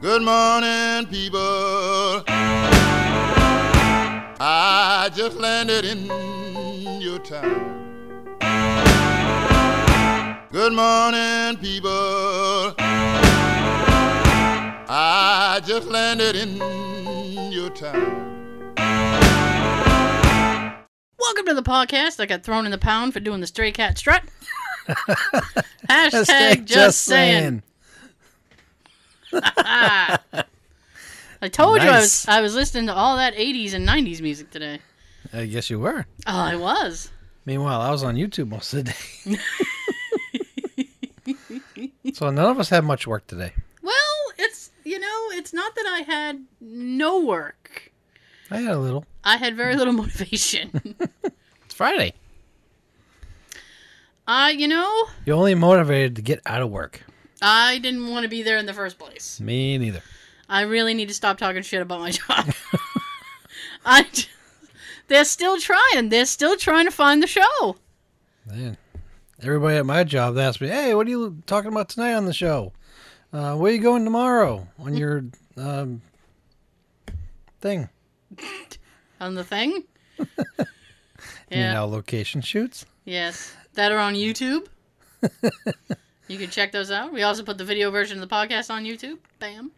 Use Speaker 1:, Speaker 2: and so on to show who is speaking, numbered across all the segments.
Speaker 1: Good morning, people. I just landed in your town. Good morning, people. I just landed in your town.
Speaker 2: Welcome to the podcast. I got thrown in the pound for doing the stray cat strut. Hashtag just, saying. I told you I was
Speaker 3: Nice.
Speaker 2: I was listening to all that '80s and '90s music today.
Speaker 3: I guess you were.
Speaker 2: Oh, I was.
Speaker 3: Meanwhile, I was on YouTube most of the day. so none of us had much work today.
Speaker 2: Well, it's you know, it's not that I had no work.
Speaker 3: I had a little.
Speaker 2: I had very little motivation.
Speaker 3: It's Friday.
Speaker 2: I, you know,
Speaker 3: You're only motivated to get out of work.
Speaker 2: I didn't want to be there in the first place.
Speaker 3: Me neither.
Speaker 2: I really need to stop talking shit about my job. I, j- they're still trying. They're still trying to find the show.
Speaker 3: Man. Everybody at my job asked me, "Hey, what are you talking about tonight on the show? Uh, where you going tomorrow on your um, thing?
Speaker 2: on the thing.
Speaker 3: You
Speaker 2: yeah.
Speaker 3: know, location shoots.
Speaker 2: Yes. That are on YouTube. you can check those out. We also put the video version of the podcast on YouTube. Bam.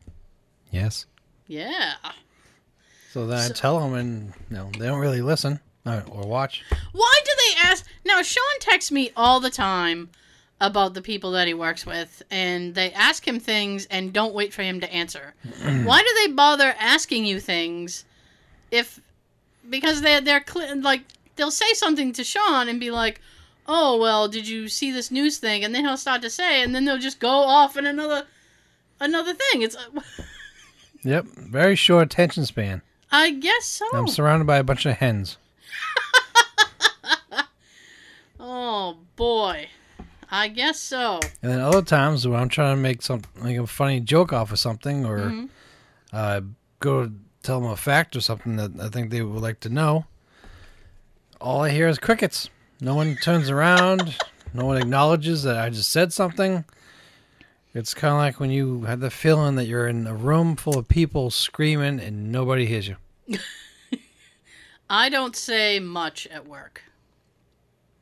Speaker 3: Yes.
Speaker 2: Yeah.
Speaker 3: So then I tell them, and you know, they don't really listen uh, or watch.
Speaker 2: Why do they ask? Now, Sean texts me all the time about the people that he works with, and they ask him things and don't wait for him to answer. Why do they bother asking you things if. Because they're, they're cl- like, they'll say something to Sean and be like, oh, well, did you see this news thing? And then he'll start to say, and then they'll just go off in another. Another thing, it's uh,
Speaker 3: Yep, very short attention span.
Speaker 2: I guess so.
Speaker 3: I'm surrounded by a bunch of hens.
Speaker 2: oh boy, I guess so.
Speaker 3: And then other times when I'm trying to make some like a funny joke off of something or
Speaker 2: Mm-hmm.
Speaker 3: uh, go tell them a fact or something that I think they would like to know, all I hear is crickets. No one turns around. no one acknowledges that I just said something. It's kind of like when you have the feeling that you're in a room full of people screaming and nobody hears you.
Speaker 2: I don't say much at work.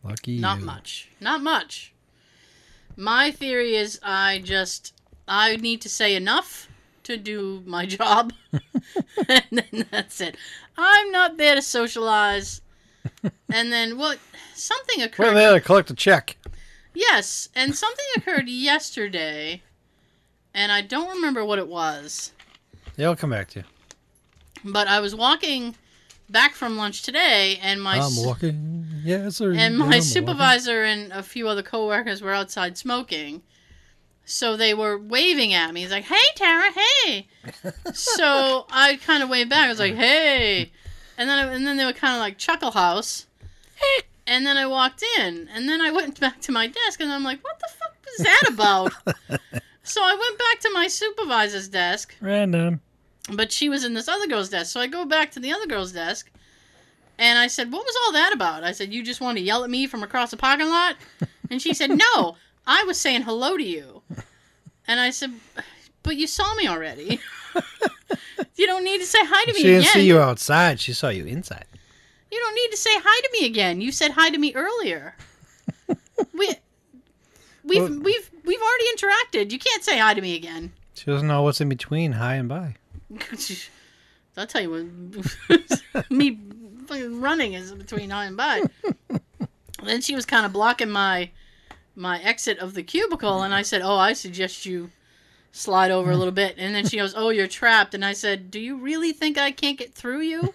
Speaker 3: Lucky
Speaker 2: Not
Speaker 3: you.
Speaker 2: much. Not much. My theory is I just I need to say enough to do my job. and then that's it. I'm not there to socialize. And then what something
Speaker 3: We're
Speaker 2: occurred.
Speaker 3: there to collect a check.
Speaker 2: Yes, and something occurred yesterday and I don't remember what it was.
Speaker 3: They'll come back to you.
Speaker 2: But I was walking back from lunch today, and my
Speaker 3: I'm
Speaker 2: s-
Speaker 3: walking. Yes, sir.
Speaker 2: and
Speaker 3: I'm
Speaker 2: my
Speaker 3: walking.
Speaker 2: supervisor and a few other coworkers were outside smoking, so they were waving at me. He's like, "Hey, Tara, hey." so I kind of waved back. I was like, "Hey," and then I, and then they were kind of like chuckle house. And then I walked in, and then I went back to my desk, and I'm like, "What the fuck was that about?" so I went back to my supervisor's desk,
Speaker 3: Random.
Speaker 2: but she was in this other girl's desk. So I go back to the other girl's desk, and I said, "What was all that about?" I said, "You just want to yell at me from across the parking lot," and she said, "No, I was saying hello to you," and I said, "But you saw me already. you don't need to say hi to me
Speaker 3: She didn't
Speaker 2: again.
Speaker 3: see you outside. She saw you inside.
Speaker 2: You don't need to say hi to me again. You said hi to me earlier. we." We've,
Speaker 3: Well-
Speaker 2: we've we've already interacted. You can't say hi to me again.
Speaker 3: She doesn't know what's in between high and by.
Speaker 2: I'll tell you what, me fucking running is between I and by. then she was kind of blocking my my exit of the cubicle, and I said, "Oh, I suggest you slide over a little bit." And then she goes, "Oh, you're trapped." And I said, "Do you really think I can't get through you?"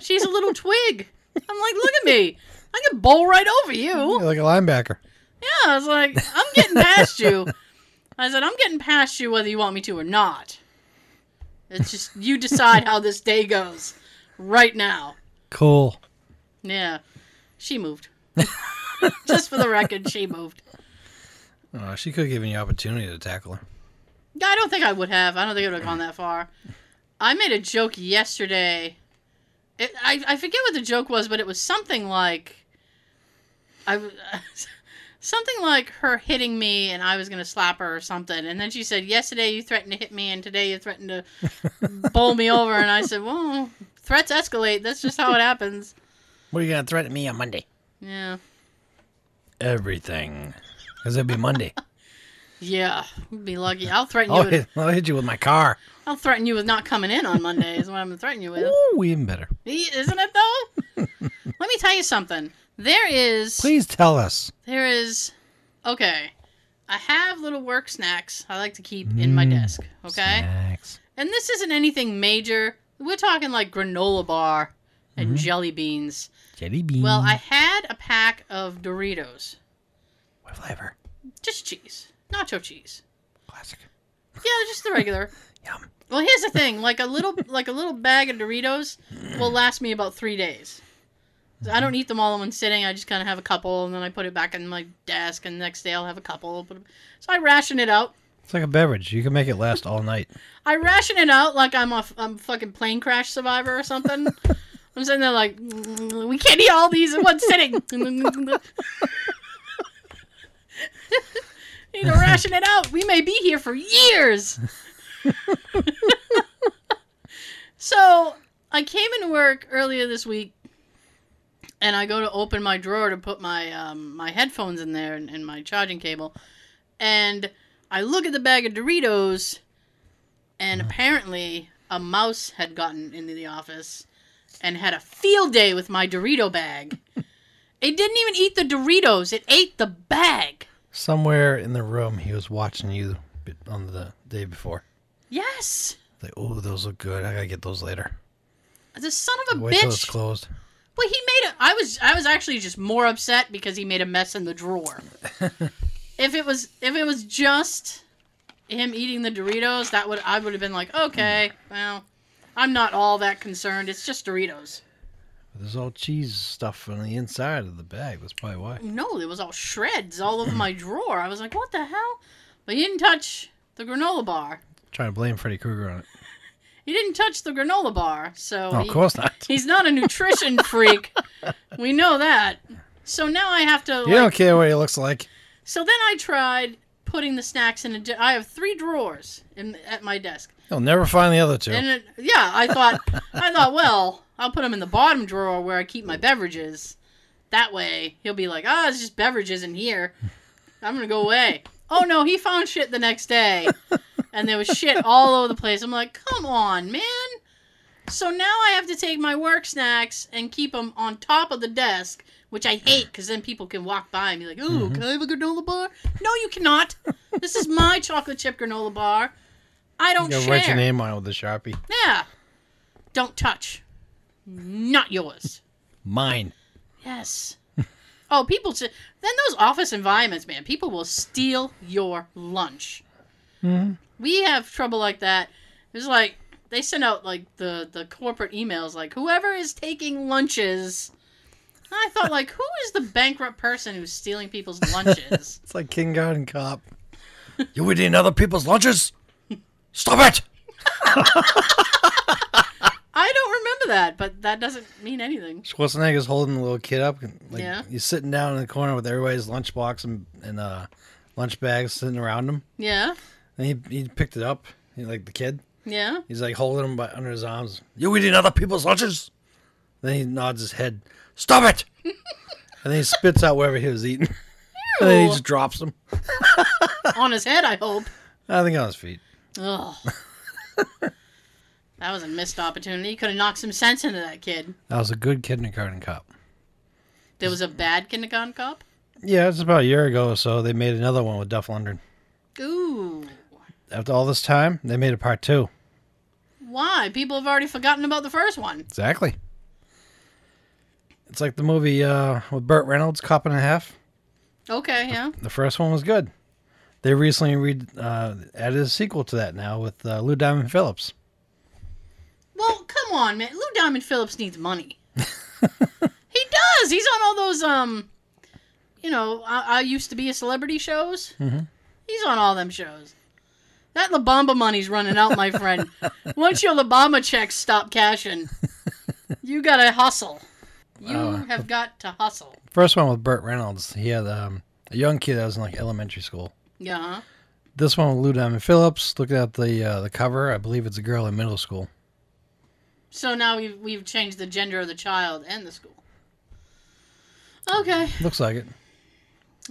Speaker 2: She's a little twig. I'm like, "Look at me." I can bowl right over you.
Speaker 3: You're like a linebacker.
Speaker 2: Yeah, I was like, I'm getting past you. I said, I'm getting past you whether you want me to or not. It's just you decide how this day goes right now.
Speaker 3: Cool.
Speaker 2: Yeah. She moved. just for the record, she moved.
Speaker 3: Oh, she could have given you opportunity to tackle her.
Speaker 2: I don't think I would have. I don't think I would have gone that far. I made a joke yesterday. It, I, I forget what the joke was, but it was something like I, w- something like her hitting me and I was going to slap her or something. And then she said, Yesterday you threatened to hit me and today you threatened to bowl me over. And I said, Well, threats escalate. That's just how it happens.
Speaker 3: What are you gonna threaten me on Monday?
Speaker 2: Yeah.
Speaker 3: Everything, because it'd be Monday.
Speaker 2: Yeah. Be lucky. I'll threaten you
Speaker 3: I'll
Speaker 2: with,
Speaker 3: hit, I'll hit you with my car.
Speaker 2: I'll threaten you with not coming in on Monday is what I'm going to threaten you with.
Speaker 3: Ooh, even better.
Speaker 2: Isn't it though? Let me tell you something. There is
Speaker 3: Please tell us.
Speaker 2: There is. Okay. I have little work snacks I like to keep in my
Speaker 3: Mm,
Speaker 2: desk. Okay.
Speaker 3: Snacks.
Speaker 2: And this isn't anything major. We're talking like granola bar and
Speaker 3: Mm-hmm.
Speaker 2: jelly beans.
Speaker 3: Jelly bean.
Speaker 2: Well, I had a pack of Doritos.
Speaker 3: What flavor?
Speaker 2: Just cheese. Nacho cheese.
Speaker 3: Classic.
Speaker 2: Yeah, just the regular.
Speaker 3: Yum.
Speaker 2: Well, here's the thing. Like a little like a little bag of Doritos will last me about 3 days. I don't eat them all in one sitting. I just kind of have a couple and then I put it back in my desk and the next day I'll have a couple. But so I ration it out.
Speaker 3: It's like a beverage. You can make it last all night.
Speaker 2: I ration it out like I'm a f- I'm a fucking plane crash survivor or something. I'm sitting there like, "Mm, we can't eat all these in one sitting. Need to ration it out. We may be here for years. so I came into work earlier this week, and I go to open my drawer to put my um, my headphones in there and, and my charging cable, and I look at the bag of Doritos and apparently a mouse had gotten into the office and had a field day with my Dorito bag. it didn't even eat the Doritos, it ate the bag.
Speaker 3: Somewhere in the room, he was watching you bit- on the day before.
Speaker 2: Yes.
Speaker 3: Like, oh, those look good. I gotta get those later.
Speaker 2: The son of a
Speaker 3: Wait till it's
Speaker 2: bitch.
Speaker 3: closed.
Speaker 2: Well, he made a I was I was actually just more upset because he made a mess in the drawer. if it was if it was just him eating the Doritos, that would I would have been like, "Okay, well, I'm not all that concerned. It's just Doritos."
Speaker 3: There's all cheese stuff on the inside of the bag. That's probably why.
Speaker 2: No, it was all shreds all over my drawer. I was like, what the hell? But you didn't touch the granola bar.
Speaker 3: trying to blame Freddy Krueger on it.
Speaker 2: You didn't touch the granola bar, so
Speaker 3: Oh,
Speaker 2: he-
Speaker 3: of course not.
Speaker 2: he's not a nutrition freak. We know that. So now I have to.
Speaker 3: You
Speaker 2: like-
Speaker 3: don't care what it looks like.
Speaker 2: So then I tried putting the snacks in a. Di- I have three drawers in at my desk.
Speaker 3: You'll never find the other two.
Speaker 2: And it, yeah, I thought, I thought, well, I'll put him in the bottom drawer where I keep my beverages. That way, he'll be like, ah, it's just beverages in here. I'm gonna go away. Oh no, he found shit the next day, and there was shit all over the place. I'm like, come on, man. So now I have to take my work snacks and keep them on top of the desk, which I hate because then people can walk by and be like, ooh, can I have a granola bar? No, you cannot. This is my chocolate chip granola bar. I don't
Speaker 3: You'll
Speaker 2: share.
Speaker 3: write your name on it with a sharpie.
Speaker 2: Yeah. Don't touch. Not yours.
Speaker 3: Mine.
Speaker 2: Yes. Oh, people. s- Then those office environments, man, people will steal your lunch. We have trouble like that. It's like they send out like the the corporate emails, like whoever is taking lunches. And I thought, like, who is the bankrupt person who's stealing people's lunches?
Speaker 3: It's like King Garden Cop. you eating other people's lunches? Stop it!
Speaker 2: I don't remember that, but that doesn't mean anything.
Speaker 3: Schwarzenegger's holding the little kid up. and, Like,
Speaker 2: Yeah.
Speaker 3: He's sitting down in the corner with everybody's lunchbox and, and uh, lunch bags sitting around him.
Speaker 2: Yeah.
Speaker 3: And he, he picked it up, he, like the kid.
Speaker 2: Yeah.
Speaker 3: He's like holding him by, under his arms. You eating other people's lunches? Then he nods his head. Stop it! and then he spits out whatever he was eating. and then he
Speaker 2: Ew.
Speaker 3: just drops him.
Speaker 2: On his head, I hope.
Speaker 3: I think on his feet.
Speaker 2: Ugh. that was a missed opportunity. You could have knocked some sense into that kid.
Speaker 3: That was a good kindergarten cop.
Speaker 2: There was a bad kindergarten cop.
Speaker 3: Yeah, it's about a year ago or so. They made another one with Duff Lundgren.
Speaker 2: Ooh.
Speaker 3: After all this time, they made a part two.
Speaker 2: Why? People have already forgotten about the first one.
Speaker 3: Exactly. It's like the movie uh, with Burt Reynolds, Cop and a Half.
Speaker 2: Okay, yeah.
Speaker 3: The first one was good. They recently re- uh, added a sequel to that now with uh, Lou Diamond Phillips.
Speaker 2: Well, come on, man. Lou Diamond Phillips needs money. he does. He's on all those um, you know, I, I used to be a celebrity shows. Mm-hmm. He's on all them shows. That La Bamba money's running out, my friend. Once your La Bamba checks stop cashing, you
Speaker 3: Oh.
Speaker 2: gotta hustle. You have got to hustle.
Speaker 3: First one with Burt Reynolds, he had um, a young kid that was in like elementary school.
Speaker 2: Yeah. huh?
Speaker 3: This one with Lou Diamond Phillips. Looking at the uh, the cover, I believe it's a girl in middle school.
Speaker 2: So now we've we've changed the gender of the child and the school. Okay.
Speaker 3: Looks like it.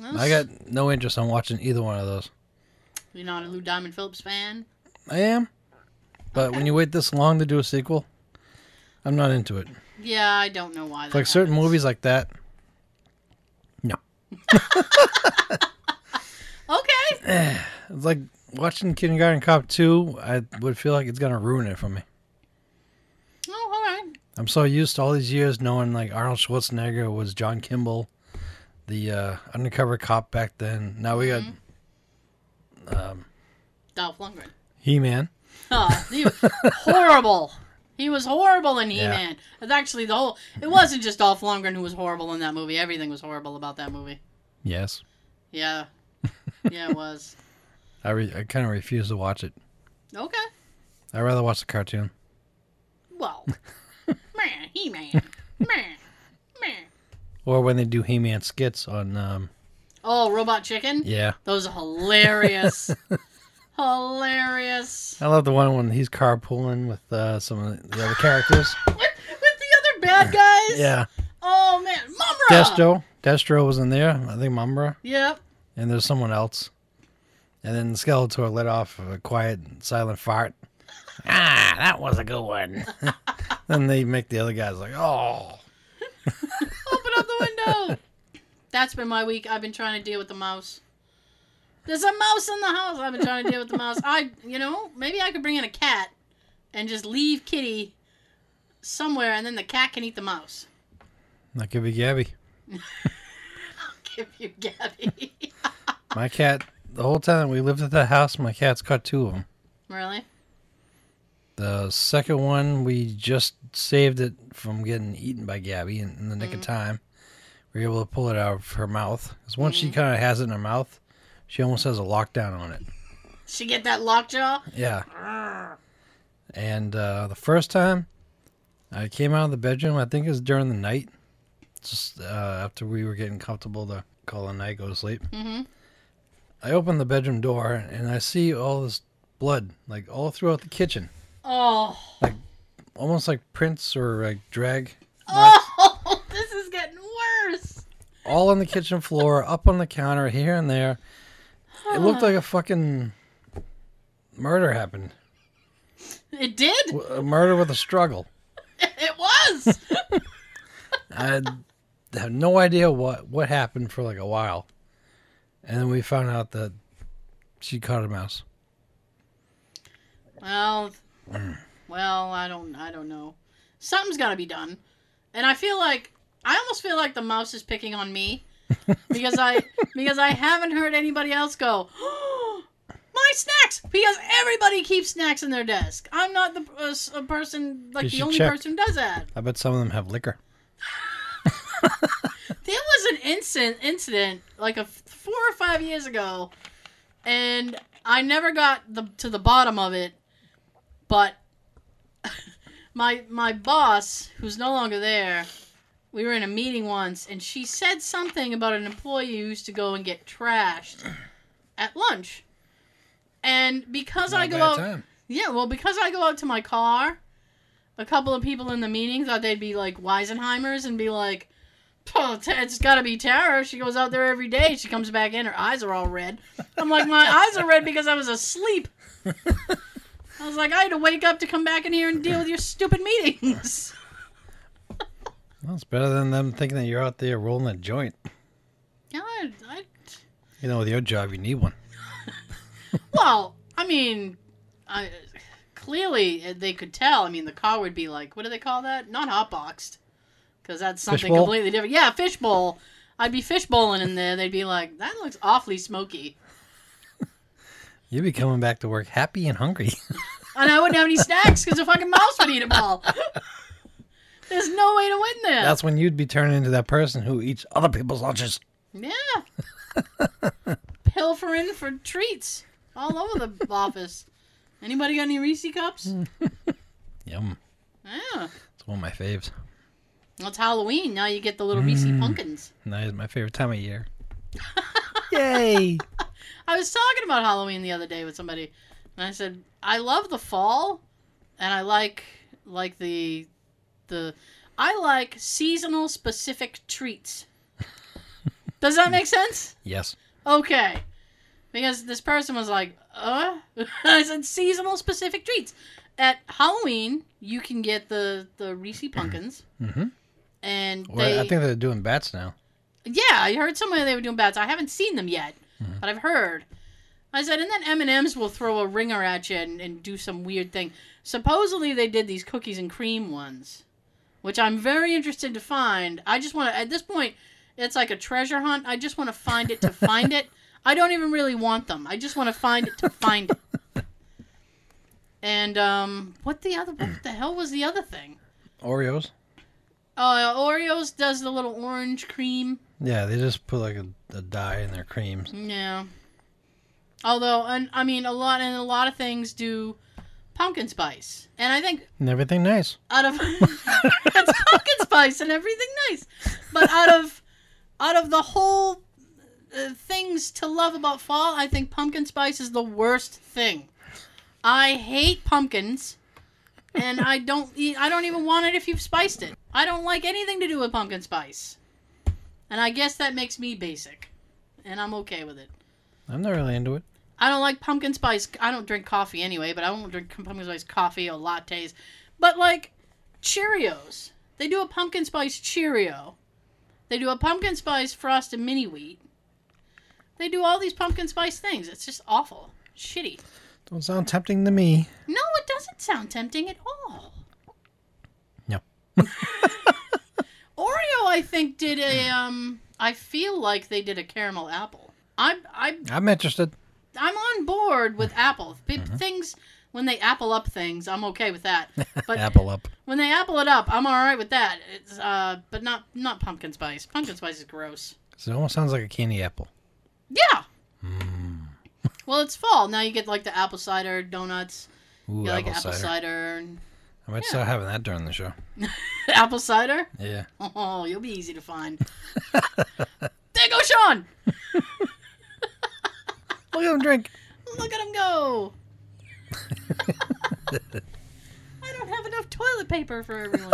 Speaker 3: I got no interest in watching either one of those.
Speaker 2: You're not a Lou Diamond Phillips fan.
Speaker 3: I am, but when you wait this long to do a sequel, I'm not into it.
Speaker 2: Yeah, I don't know why. That
Speaker 3: Like certain
Speaker 2: happens.
Speaker 3: movies like that,
Speaker 2: Okay.
Speaker 3: it's like watching Kindergarten Cop two. I would feel like it's gonna ruin it for me.
Speaker 2: Oh, all right.
Speaker 3: I'm so used to all these years knowing like Arnold Schwarzenegger was John Kimball, the uh, undercover cop back then. Now we got
Speaker 2: Dolph Lundgren.
Speaker 3: He Man.
Speaker 2: Oh, he was horrible. He was horrible in
Speaker 3: Yeah.
Speaker 2: He-Man. It's Actually, the whole it wasn't just Dolph Lundgren who was horrible in that movie. Everything was horrible about that movie.
Speaker 3: Yes,
Speaker 2: Yeah, yeah, it was.
Speaker 3: I re- I kind of refuse to watch it.
Speaker 2: Okay.
Speaker 3: I'd rather watch the cartoon.
Speaker 2: Well, man, He-Man, man, man.
Speaker 3: Or when they do He Man skits on, um,
Speaker 2: Oh, Robot Chicken.
Speaker 3: yeah.
Speaker 2: Those are hilarious. hilarious.
Speaker 3: I love the one when he's carpooling with uh, some of the other characters.
Speaker 2: With, with the other bad guys.
Speaker 3: yeah.
Speaker 2: Oh man, Mumra.
Speaker 3: Destro. Destro was in there. I think Mumbra.
Speaker 2: Yep.
Speaker 3: And there's someone else. And then Skeletor let off a quiet, silent fart. Ah, that was a good one. then they make the other guys like, oh.
Speaker 2: Open up the window. That's been my week. I've been trying to deal with the mouse. There's a mouse in the house. I've been trying to deal with the mouse. I, you know, maybe I could bring in a cat and just leave Kitty somewhere, and then the cat can eat the mouse.
Speaker 3: That could be Gabby.
Speaker 2: Give you Gabby.
Speaker 3: My cat, the whole time we lived at that house, my cat's caught two of them.
Speaker 2: really?
Speaker 3: The second one, we just saved it from getting eaten by Gabby in, in the nick of time. We were able to pull it out of her mouth. Because once she kind of has it in her mouth, she almost has a lockdown on it.
Speaker 2: She get that lockjaw.
Speaker 3: Yeah. And uh, the first time I came out of the bedroom, I think it was during the night, just uh, after we were getting comfortable to call a night, go to sleep. Mm-hmm. I opened the bedroom door and I see all this blood, like all throughout the kitchen,
Speaker 2: Oh.
Speaker 3: almost like prints or like drag,
Speaker 2: Oh, this is getting worse.
Speaker 3: all on the kitchen floor, up on the counter, here and there. It looked like a fucking murder happened.
Speaker 2: It did.
Speaker 3: A murder with a struggle.
Speaker 2: It was.
Speaker 3: I have no idea what what happened for like a while, and then we found out that she caught a mouse.
Speaker 2: Well, well, I don't, I don't know. Something's got to be done, and I feel like I almost feel like the mouse is picking on me because I because I haven't heard anybody else go. My snacks, because everybody keeps snacks in their desk. I'm not the uh, s- a person like
Speaker 3: You
Speaker 2: the
Speaker 3: should
Speaker 2: only
Speaker 3: check.
Speaker 2: person who does that.
Speaker 3: I bet some of them have liquor.
Speaker 2: There was an incident, incident like a f- four or five years ago, and I never got the to the bottom of it. But my my boss, who's no longer there, we were in a meeting once, and she said something about an employee who used to go and get trashed at lunch. And because I
Speaker 3: Not
Speaker 2: go
Speaker 3: bad
Speaker 2: out,
Speaker 3: time.
Speaker 2: yeah, well, because I go out to my car, a couple of people in the meeting thought they'd be like Weisenheimers and be like, "Oh, Te- it's got to be Tara. She goes out there every day. She comes back in. Her eyes are all red." I'm like, "My eyes are red because I was asleep." I was like, "I had to wake up to come back in here and deal with your stupid meetings."
Speaker 3: Well, it's better than them thinking that you're out there rolling a joint.
Speaker 2: yeah, I, I,
Speaker 3: You know, with your job, you need one.
Speaker 2: well, I mean, I clearly uh, they could tell. I mean, the car would be like, what do they call that? Not hotboxed, because that's something
Speaker 3: Fishbowl?
Speaker 2: completely different. Yeah, fishbowl. I'd be fishbowling in there. They'd be like, that looks awfully smoky,
Speaker 3: You'd be coming back to work happy and hungry.
Speaker 2: and I wouldn't have any snacks because a fucking mouse would eat them all. There's no way to win there.
Speaker 3: That's when you'd be turning into that person who eats other people's lunches.
Speaker 2: Yeah. Pilfering for treats all over the office. Anybody got any Reese cups?
Speaker 3: Yum.
Speaker 2: Yeah.
Speaker 3: It's one of my faves.
Speaker 2: Well, it's Halloween. Now you get the little Reese pumpkins.
Speaker 3: That is my favorite time of year. Yay!
Speaker 2: I was talking about Halloween the other day with somebody, and I said I love the fall, and I like like the the I like seasonal specific treats. Does that make sense?
Speaker 3: Yes.
Speaker 2: Okay, because this person was like, "Uh," I said seasonal specific treats. At Halloween, you can get the the Reese pumpkins,
Speaker 3: Mhm.
Speaker 2: and
Speaker 3: Well,
Speaker 2: they,
Speaker 3: I think they're doing bats now.
Speaker 2: yeah, I heard somewhere they were doing bats. I haven't seen them yet, but I've heard. I said, and then M and M's will throw a ringer at you and, and do some weird thing. Supposedly they did these cookies and cream ones, which I'm very interested to find. I just want to at this point, it's like a treasure hunt. I just want to find it to find it. I don't even really want them. I just want to find it to find it. And um, what the other? What the hell was the other thing?
Speaker 3: Oreos.
Speaker 2: Uh, Oreos does the little orange cream.
Speaker 3: Yeah, they just put like a, a dye in their creams.
Speaker 2: Yeah. Although, and I mean, a lot and a lot of things do pumpkin spice, and I think
Speaker 3: And everything nice.
Speaker 2: out of it's pumpkin spice and everything nice, but out of out of the whole uh, things to love about fall, I think pumpkin spice is the worst thing. I hate pumpkins, and I don't eat, I don't even want it if you've spiced it. I don't like anything to do with pumpkin spice, and I guess that makes me basic, and I'm okay with it.
Speaker 3: I'm not really into it.
Speaker 2: I don't like pumpkin spice. I don't drink coffee anyway, but I don't drink pumpkin spice coffee or lattes. But like Cheerios, they do a pumpkin spice Cheerio. They do a pumpkin spice frosted mini wheat. They do all these pumpkin spice things. It's just awful, shitty.
Speaker 3: Don't sound tempting to me.
Speaker 2: No, it doesn't sound tempting at all.
Speaker 3: No.
Speaker 2: Oreo, I think did a um. I feel like they did a caramel apple. I I
Speaker 3: I'm interested.
Speaker 2: I'm on board
Speaker 3: Mm-hmm.
Speaker 2: with Apple. Pe- Things when they Apple up things, I'm okay with that. But
Speaker 3: Apple up.
Speaker 2: when they Apple it up, I'm all right with that. It's uh, but not not pumpkin spice. Pumpkin spice is gross.
Speaker 3: 'Cause it almost sounds like a candy apple.
Speaker 2: Yeah.
Speaker 3: Hmm.
Speaker 2: Well, it's fall now. You get like the apple cider donuts.
Speaker 3: Ooh,
Speaker 2: You like
Speaker 3: apple
Speaker 2: apple
Speaker 3: cider.
Speaker 2: cider. and
Speaker 3: I might start having that during the show.
Speaker 2: apple cider.
Speaker 3: Yeah.
Speaker 2: Oh, you'll be easy to find. there goes Sean.
Speaker 3: Look at him drink.
Speaker 2: Look at him go. I don't have enough toilet paper for everyone.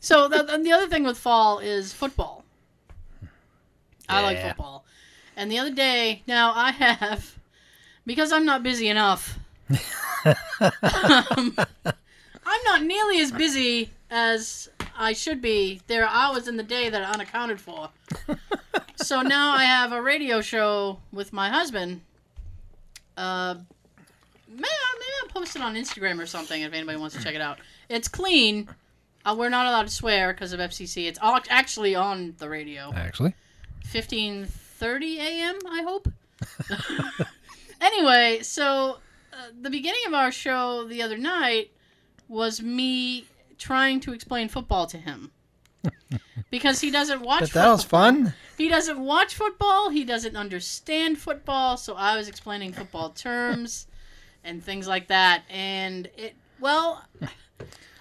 Speaker 2: so the, and the other thing with fall is football. I like
Speaker 3: Yeah.
Speaker 2: football. And the other day, now I have because I'm not busy enough. um, I'm not nearly as busy as I should be. There are hours in the day that are unaccounted for. so now I have a radio show with my husband. Uh, maybe, I'll- maybe I'll post it on Instagram or something if anybody wants to check it out. It's clean. Uh, we're not allowed to swear because of FCC. It's all actually on the radio.
Speaker 3: Actually.
Speaker 2: 15:30 a.m. I hope. anyway, so uh, the beginning of our show the other night was me trying to explain football to him because he doesn't watch.
Speaker 3: But that was
Speaker 2: football.
Speaker 3: fun.
Speaker 2: He doesn't watch football. He doesn't understand football. So I was explaining football terms and things like that. And it, well,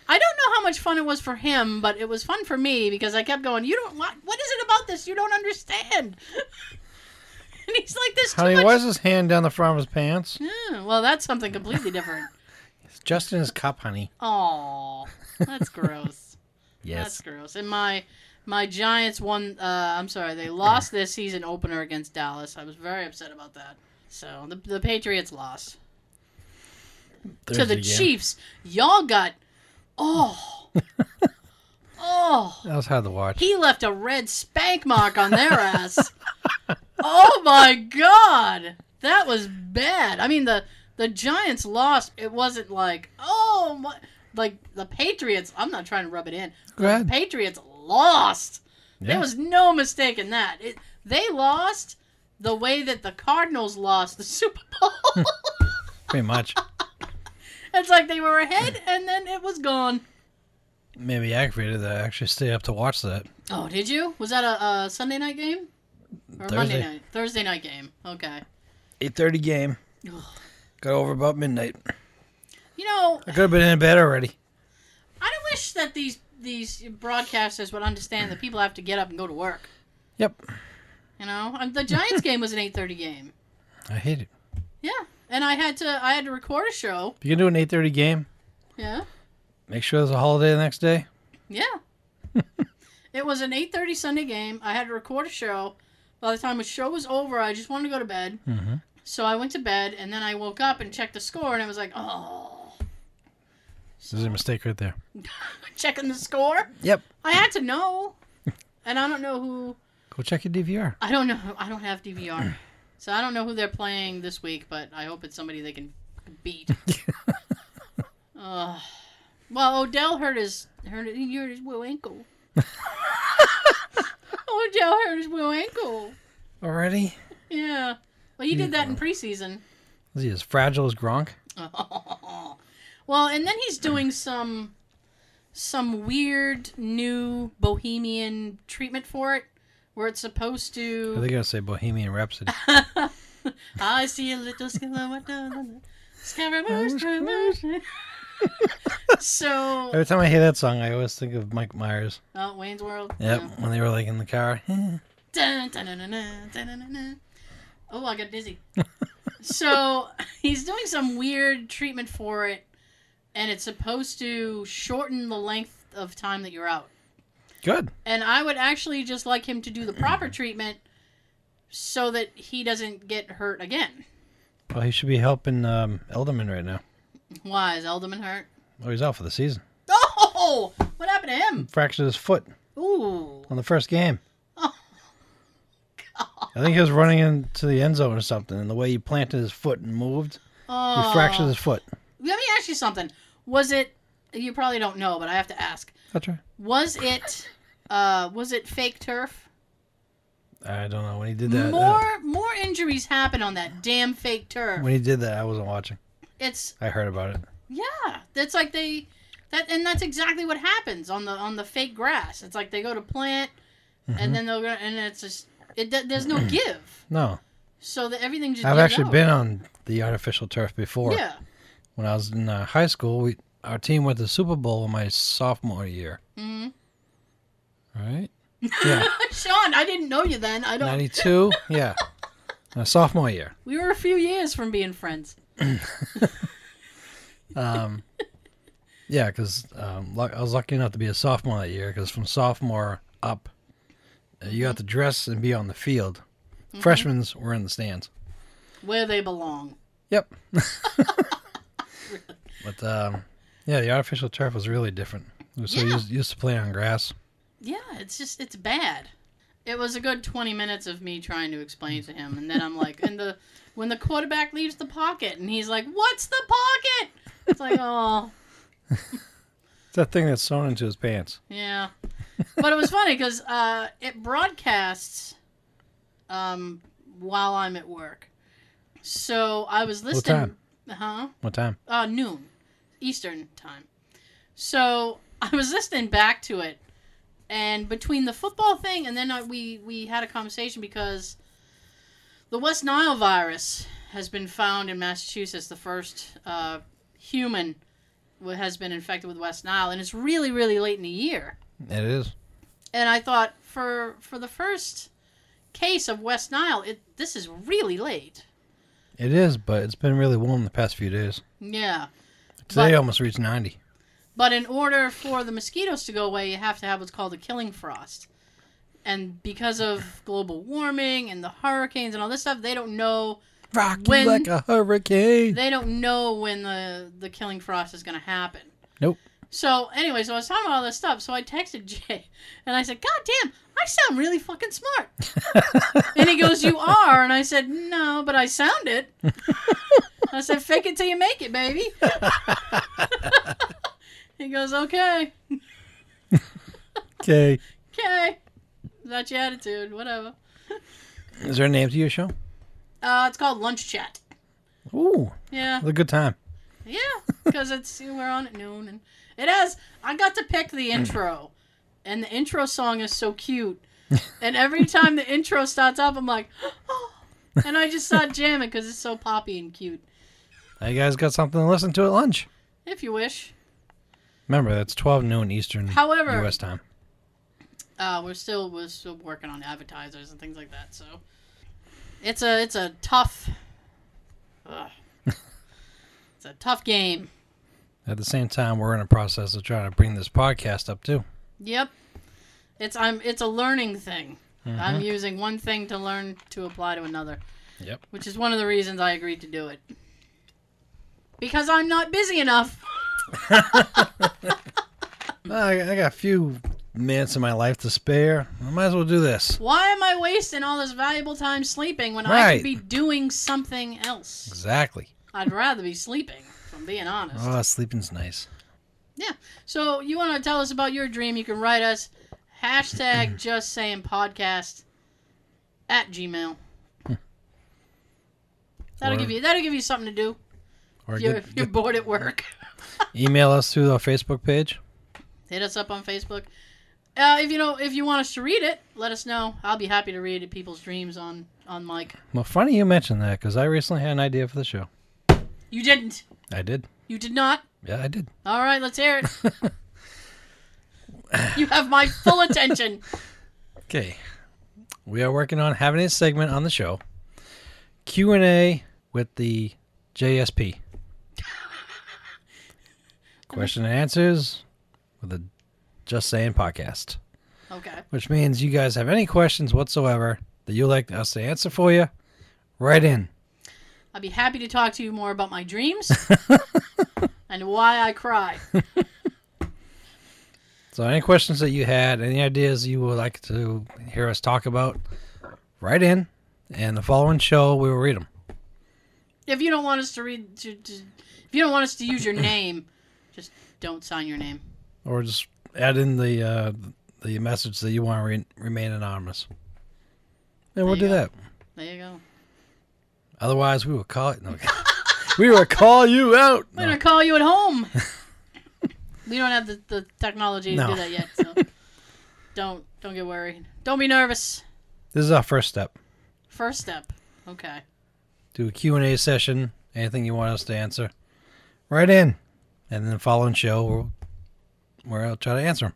Speaker 2: I don't know how much fun it was for him, but it was fun for me because I kept going, you don't, what, what is it about this? You don't understand. and he's like, this too
Speaker 3: Honey,
Speaker 2: much.
Speaker 3: why is his hand down the front of his pants?
Speaker 2: Yeah, well, that's something completely different.
Speaker 3: It's just in his cup, honey.
Speaker 2: Aw, that's gross. That's
Speaker 3: Yes.
Speaker 2: gross. And my my Giants won. Uh, I'm sorry, they lost their season opener against Dallas. I was very upset about that. So the the Patriots lost to the
Speaker 3: Thursday game.
Speaker 2: Chiefs. Y'all got oh oh.
Speaker 3: That was hard to watch.
Speaker 2: He left a red spank mark on their ass. oh my god, that was bad. I mean the the Giants lost. It wasn't like oh my like the Patriots. I'm not trying to rub it in.
Speaker 3: Go ahead.
Speaker 2: Patriots lost.
Speaker 3: Yeah.
Speaker 2: There was no mistake in that. It, they lost the way that the Cardinals lost the Super Bowl.
Speaker 3: Pretty much.
Speaker 2: it's like they were ahead and then it was gone.
Speaker 3: Maybe aggravated that I actually stayed up to watch that.
Speaker 2: Oh, did you? Was that a, a Sunday night game? Or a Monday
Speaker 3: Thursday.
Speaker 2: night? Thursday night game. Okay.
Speaker 3: 8.30 game.
Speaker 2: Ugh.
Speaker 3: Got over about midnight.
Speaker 2: You know,
Speaker 3: I could have been in bed already.
Speaker 2: I wish that these these broadcasters would understand that people have to get up and go to work.
Speaker 3: Yep.
Speaker 2: You know, Um, the Giants game was an eight thirty game.
Speaker 3: I hate it.
Speaker 2: Yeah, and I had to I had to record a show.
Speaker 3: If you can do an 8:30 game,
Speaker 2: Yeah,
Speaker 3: make sure there's a holiday the next day.
Speaker 2: yeah. it was an eight thirty Sunday game. I had to record a show. By the time the show was over, I just wanted to go to bed.
Speaker 3: Mm-hmm.
Speaker 2: So I went to bed, and then I woke up and checked the score, and I was like, oh,
Speaker 3: There's a mistake right there.
Speaker 2: checking the score.
Speaker 3: Yep.
Speaker 2: I had to know, and I don't know who.
Speaker 3: Go check your DVR.
Speaker 2: I don't know. I don't have DVR, so I don't know who they're playing this week. But I hope it's somebody they can beat. Ugh. well, Odell hurt his hurt he hurt his woo ankle. Odell hurt his woo ankle.
Speaker 3: Already?
Speaker 2: Yeah. Well, you did that in preseason.
Speaker 3: Is he as fragile as Gronk?
Speaker 2: well, and then he's doing some some weird new bohemian treatment for it, where it's supposed to.
Speaker 3: Are they gonna say Bohemian Rhapsody?
Speaker 2: I see a little skeleton. Scaramouche, scaramouche. so,
Speaker 3: Every time I hear that song, I always think of Mike Myers.
Speaker 2: oh, Wayne's World.
Speaker 3: Yep.
Speaker 2: Yeah.
Speaker 3: When they were like in the car. "Eh."
Speaker 2: Dun, dun, dun, dun, dun, dun, dun, dun. Oh, I got dizzy. so, he's doing some weird treatment for it, and it's supposed to shorten the length of time that you're out.
Speaker 3: Good.
Speaker 2: And I would actually just like him to do the proper treatment so that he doesn't get hurt again.
Speaker 3: Well, he should be helping um, Elderman right now.
Speaker 2: Why? Is Elderman hurt?
Speaker 3: Oh, he's out for the season.
Speaker 2: Oh! What happened to him?
Speaker 3: Fractured his foot
Speaker 2: Ooh.
Speaker 3: on the first game.
Speaker 2: Oh,
Speaker 3: I think he was running into the end zone or something, and the way he planted his foot and moved, he
Speaker 2: Oh.
Speaker 3: fractured his foot.
Speaker 2: Let me ask you something. Was it? You probably don't know, but I have to ask.
Speaker 3: That's right.
Speaker 2: Was it? Uh, was it fake turf?
Speaker 3: I don't know when he did that. uh,
Speaker 2: more more injuries happen on that damn fake turf.
Speaker 3: when he did that, I wasn't watching.
Speaker 2: It's
Speaker 3: I heard about it.
Speaker 2: yeah. That's like they that and that's exactly what happens on the on the fake grass. It's like they go to plant,
Speaker 3: Mm-hmm.
Speaker 2: and then they'll go and it's just it. th- There's no give,
Speaker 3: No,
Speaker 2: so that everything just.
Speaker 3: I've
Speaker 2: gives
Speaker 3: actually
Speaker 2: out.
Speaker 3: been on the artificial turf before.
Speaker 2: Yeah.
Speaker 3: When I was in uh, high school, we our team went to the Super Bowl in my sophomore year.
Speaker 2: Mhm.
Speaker 3: Right? Yeah,
Speaker 2: Sean, I didn't know you then. I don't.
Speaker 3: ninety-two. Yeah, my sophomore year.
Speaker 2: We were a few years from being friends.
Speaker 3: Um, yeah, because um, lu- I was lucky enough to be a sophomore that year. Because from sophomore up, uh, you have to dress and be on the field. Mm-hmm. Freshmen's were in the stands.
Speaker 2: where they belong.
Speaker 3: Yep. but um, yeah, the artificial turf was really different. It was so
Speaker 2: Yeah.
Speaker 3: used, used to play on grass.
Speaker 2: Yeah, it's just it's bad. It was a good twenty minutes of me trying to explain to him, and then I'm like, and the when the quarterback leaves the pocket, and he's like, "What's the pocket?" It's like, oh,
Speaker 3: It's that thing that's sewn into his pants.
Speaker 2: yeah. But it was funny because uh, it broadcasts um, while I'm at work, so I was listening.
Speaker 3: time?
Speaker 2: Huh?
Speaker 3: What time?
Speaker 2: uh, noon Eastern time. So I was listening back to it, and between the football thing and then I, we we had a conversation because the West Nile virus has been found in Massachusetts. The first uh, human who has been infected with West Nile, and it's really really late in the year.
Speaker 3: It is.
Speaker 2: And I thought for for the first case of West Nile, it this is really late.
Speaker 3: It is, but it's been really warm the past few days.
Speaker 2: Yeah.
Speaker 3: Today
Speaker 2: But-
Speaker 3: almost reached ninety.
Speaker 2: But in order for the mosquitoes to go away, you have to have what's called a killing frost. And because of global warming and the hurricanes and all this stuff, they don't know
Speaker 3: Rock you
Speaker 2: When-
Speaker 3: like a hurricane.
Speaker 2: they don't know when the the killing frost is going to happen.
Speaker 3: Nope.
Speaker 2: So anyway, so I was talking about all this stuff. So I texted Jay and I said, "God damn, I sound really fucking smart." and he goes, "You are." And I said, "No, but I sound it." I said, "Fake it till you make it, baby." he goes, "Okay."
Speaker 3: Okay.
Speaker 2: okay. That's your attitude, whatever.
Speaker 3: Is there a name to your show?
Speaker 2: Uh, it's called Lunch Chat.
Speaker 3: Ooh,
Speaker 2: Yeah,
Speaker 3: what a good time.
Speaker 2: yeah, because it's we're on at noon, and it has. I got to pick the intro, and the intro song is so cute. And every time the intro starts up, I'm like, oh, and I just start jamming because it's so poppy and cute.
Speaker 3: Now you guys got something to listen to at lunch.
Speaker 2: If you wish.
Speaker 3: Remember, that's twelve noon Eastern
Speaker 2: However,
Speaker 3: U.S. time.
Speaker 2: Uh, we're still we're still working on advertisers and things like that. So it's a it's a tough. Ugh. it's a tough game.
Speaker 3: At the same time, we're in a process of trying to bring this podcast up too.
Speaker 2: Yep. It's I'm it's a learning thing.
Speaker 3: Mm-hmm.
Speaker 2: I'm using one thing to learn to apply to another.
Speaker 3: Yep.
Speaker 2: Which is one of the reasons I agreed to do it. Because I'm not busy enough.
Speaker 3: I, I got a few minutes in my life to spare. I might as well do this.
Speaker 2: Why am I wasting all this valuable time sleeping when I
Speaker 3: Right.
Speaker 2: could be doing something else?
Speaker 3: Exactly.
Speaker 2: I'd rather be sleeping, if I'm being honest.
Speaker 3: Oh, sleeping's nice.
Speaker 2: Yeah. So you want to tell us about your dream? You can write us hashtag just saying podcast at gmail. That'll
Speaker 3: Hmm. Or-
Speaker 2: give you that'll give you something to do
Speaker 3: Or
Speaker 2: if you're,
Speaker 3: get,
Speaker 2: if you're bored at work.
Speaker 3: email us through our Facebook page.
Speaker 2: Hit us up on Facebook. Uh, if you know if you want us to read it, let us know. I'll be happy to read people's dreams on on mic.
Speaker 3: Well, funny you mentioned that because I recently had an idea for the show.
Speaker 2: You didn't.
Speaker 3: I did.
Speaker 2: You did not.
Speaker 3: Yeah, I did.
Speaker 2: All right, let's hear it. you have my full attention.
Speaker 3: Okay. We are working on having a segment on the show, Q and A with the JSP. Question and answers with a Just Saying podcast.
Speaker 2: Okay.
Speaker 3: which means you guys have any questions whatsoever that you'd like us to answer for you, write in.
Speaker 2: I'd be happy to talk to you more about my dreams and why I cry.
Speaker 3: So any questions that you had, any ideas you would like to hear us talk about, write in, and the following show we will read them.
Speaker 2: If you don't want us to read, to, to, if you don't want us to use your name, just don't sign your name.
Speaker 3: Or just add in the uh, the message that you want to re- remain anonymous, and we'll
Speaker 2: you
Speaker 3: do
Speaker 2: go.
Speaker 3: that.
Speaker 2: There you go.
Speaker 3: Otherwise, we will call it. No, okay. we will call you out.
Speaker 2: We're
Speaker 3: No.
Speaker 2: gonna call you at home. we don't have the, the technology to
Speaker 3: No.
Speaker 2: do that yet, so don't don't get worried. Don't be nervous.
Speaker 3: This is our first step.
Speaker 2: First step. Okay.
Speaker 3: do a Q&A session, anything you want us to answer, right in. And then the following show, we'll, where I'll try to answer them.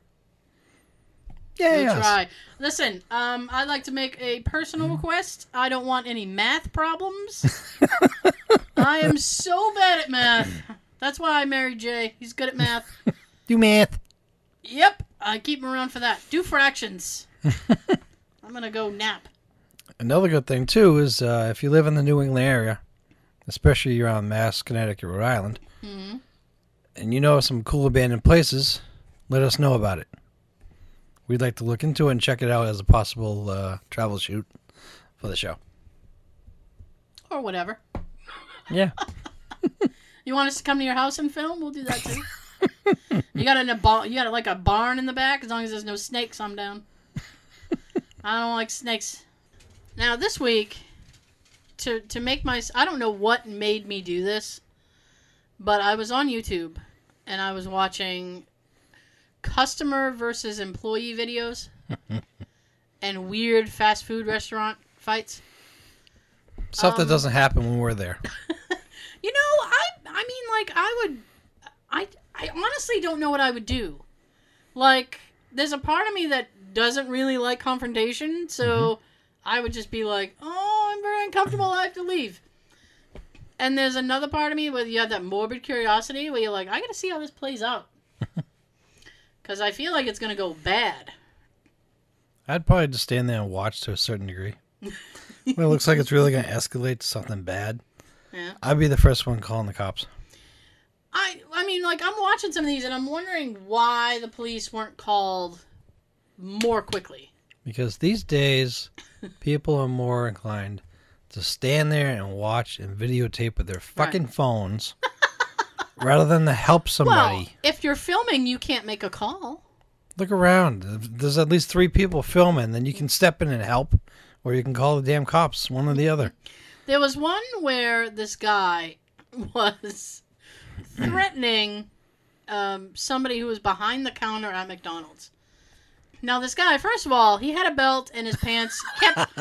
Speaker 2: We'll
Speaker 3: Yeah.
Speaker 2: try. Listen, um, I'd like to make a personal
Speaker 3: Mm-hmm.
Speaker 2: request. I don't want any math problems. I am so bad at math. That's why I married Jay. He's good at math.
Speaker 3: Do math.
Speaker 2: Yep, I keep him around for that. Do fractions. I'm gonna go nap.
Speaker 3: Another good thing, too, is uh, if you live in the New England area, especially around Mass, Connecticut, Rhode Island, and you know some cool abandoned places, let us know about it. We'd like to look into it and check it out as a possible uh, travel shoot for the show.
Speaker 2: Or whatever.
Speaker 3: Yeah.
Speaker 2: You want us to come to your house and film? We'll do that too. you got an a bar- you got like a barn in the back as long as there's no snakes, I'm down. I don't like snakes. Now this week to to make my I don't know what made me do this, but I was on YouTube and I was watching customer versus employee videos and weird fast food restaurant fights.
Speaker 3: Stuff
Speaker 2: Um,
Speaker 3: that doesn't happen when we're there.
Speaker 2: You know, I I mean like I would I I honestly don't know what I would do. Like there's a part of me that doesn't really like confrontation, so I would just be like, "Oh, I'm very uncomfortable. I have to leave." And there's another part of me where you have that morbid curiosity where you're like, "I got to see how this plays out." Cuz I feel like it's going to go bad.
Speaker 3: I'd probably just stand there and watch to a certain degree. when it looks like it's really going to escalate to something bad,
Speaker 2: Yeah.
Speaker 3: I'd be the first one calling the cops.
Speaker 2: I I mean like I'm watching some of these and I'm wondering why the police weren't called more quickly.
Speaker 3: Because these days, people are more inclined to stand there and watch and videotape with their fucking phones rather than to help somebody.
Speaker 2: Well, if you're filming, you can't make a call.
Speaker 3: Look around. If There's at least three people filming, then you can step in and help, or you can call the damn cops, one or the other.
Speaker 2: There was one where this guy was threatening um, somebody who was behind the counter at McDonald's. Now, this guy, first of all, he had a belt and his pants kept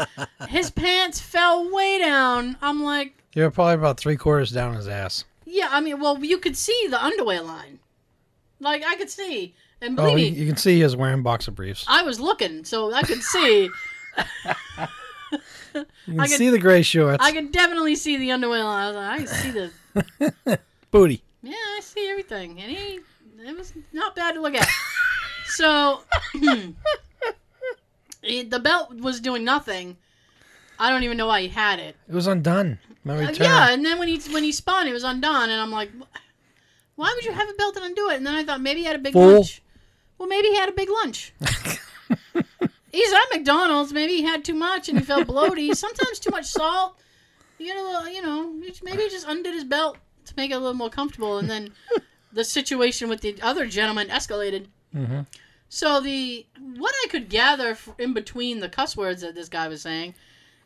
Speaker 2: his pants fell way down. I'm like,
Speaker 3: You're probably about three quarters down his ass.
Speaker 2: yeah, I mean, well, you could see the underwear line, like I could see, And believe
Speaker 3: Oh,
Speaker 2: me,
Speaker 3: you, you can see he was wearing boxer briefs.
Speaker 2: I was looking, so I could see.
Speaker 3: You can
Speaker 2: I could-
Speaker 3: see the gray shorts.
Speaker 2: I could definitely see the underwear line. I was like, I can see the.
Speaker 3: Booty.
Speaker 2: Yeah, I see everything. And he, it was not bad to look at. so, it, the belt was doing nothing. I don't even know why he had it.
Speaker 3: It was undone. Remember,
Speaker 2: Uh,
Speaker 3: he turned
Speaker 2: yeah, and then when he when he spawned, it was undone, and I'm like, "Wh- why would you have a belt and undo it? And then I thought maybe he had a big
Speaker 3: Fool.
Speaker 2: lunch. Well, maybe he had a big lunch. He's at McDonald's. Maybe he had too much and he felt bloated. Sometimes too much salt. You get a little, you know, maybe he just undid his belt to make it a little more comfortable. And then the situation with the other gentleman escalated.
Speaker 3: Mhm.
Speaker 2: So the what I could gather f- in between the cuss words that this guy was saying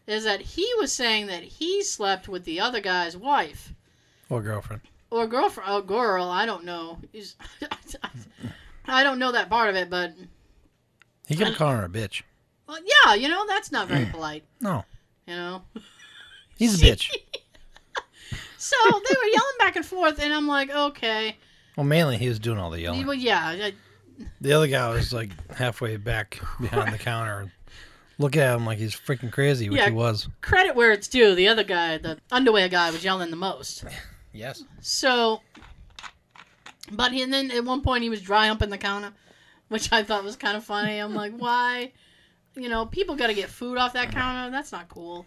Speaker 2: is that he was saying that he slept with the other guy's wife
Speaker 3: or girlfriend.
Speaker 2: or girlfriend or girl. I don't know. He's- I don't know that part of it, but
Speaker 3: He kept calling her a bitch.
Speaker 2: well, yeah, you know that's not very polite.
Speaker 3: Mm. No,
Speaker 2: You know.
Speaker 3: he's a bitch.
Speaker 2: So they were yelling back and forth, and I'm like, okay,
Speaker 3: Well, mainly he was doing all the yelling.
Speaker 2: well, yeah, I-
Speaker 3: The other guy was like halfway back behind the counter, looking at him like he's freaking crazy, which
Speaker 2: Yeah.
Speaker 3: he was.
Speaker 2: credit where it's due. The other guy, the underwear guy, was yelling the most.
Speaker 3: Yes.
Speaker 2: So, but he, and then at one point he was dry humping the counter, which I thought was kind of funny. I'm like, why? You know, people got to get food off that counter. That's not cool.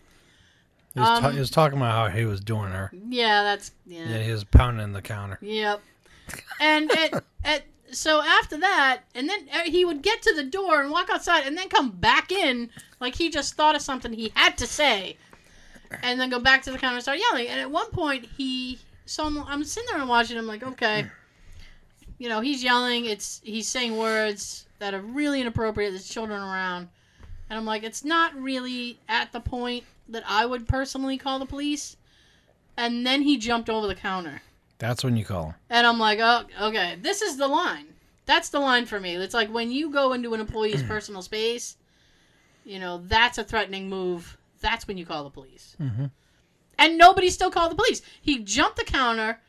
Speaker 3: He was, ta-
Speaker 2: Um,
Speaker 3: he was talking about how he was doing her.
Speaker 2: Yeah, that's yeah.
Speaker 3: Yeah, he was pounding the counter.
Speaker 2: Yep. And at, at so after that, and then uh, he would get to the door and walk outside, and then come back in like he just thought of something he had to say, and then go back to the counter and start yelling. And at one point, he so I'm, I'm sitting there and watching. I'm like, okay, you know, he's yelling. It's he's saying words that are really inappropriate. There's children around, and I'm like, it's not really at the point that I would personally call the police. And then he jumped over the counter.
Speaker 3: That's when you call him.
Speaker 2: And I'm like, oh, okay, this is the line. That's the line for me. It's like when you go into an employee's personal space, you know, that's a threatening move. That's when you call the police.
Speaker 3: Mhm.
Speaker 2: And nobody still called the police. He jumped the counter,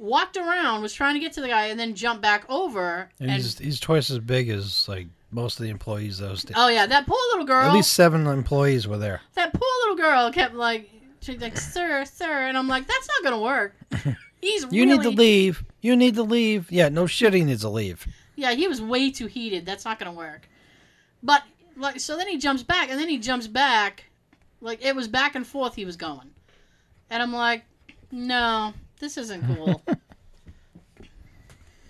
Speaker 2: walked around, was trying to get to the guy, and then jumped back over.
Speaker 3: And,
Speaker 2: And,
Speaker 3: he's, he's twice as big as like most of the employees those days.
Speaker 2: oh yeah, that poor little girl.
Speaker 3: At least seven employees were there.
Speaker 2: that poor little girl kept like, she's like, sir, sir, and I'm like, that's not gonna work. He's
Speaker 3: You need to
Speaker 2: really-
Speaker 3: leave. You need to leave. Yeah, no shit, he needs to leave.
Speaker 2: Yeah, he was way too heated. That's not gonna work. But like, so then he jumps back, and then he jumps back. Like it was back and forth. He was going, and I'm like, no, this isn't cool.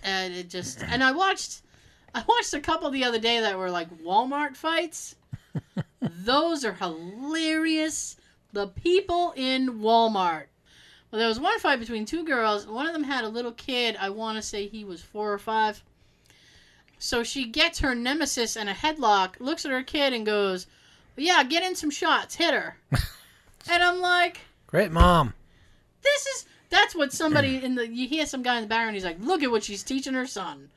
Speaker 2: and it just, and I watched, I watched a couple the other day that were like Walmart fights. Those are hilarious. The people in Walmart. Well, there was one fight between two girls. One of them had a little kid. I want to say he was four or five. So she gets her nemesis in a headlock, looks at her kid, and goes, "Yeah, get in some shots, hit her." and I'm like,
Speaker 3: Great mom.
Speaker 2: "This is that's what somebody in the you hear some guy in the background. He's like, look at what she's teaching her son.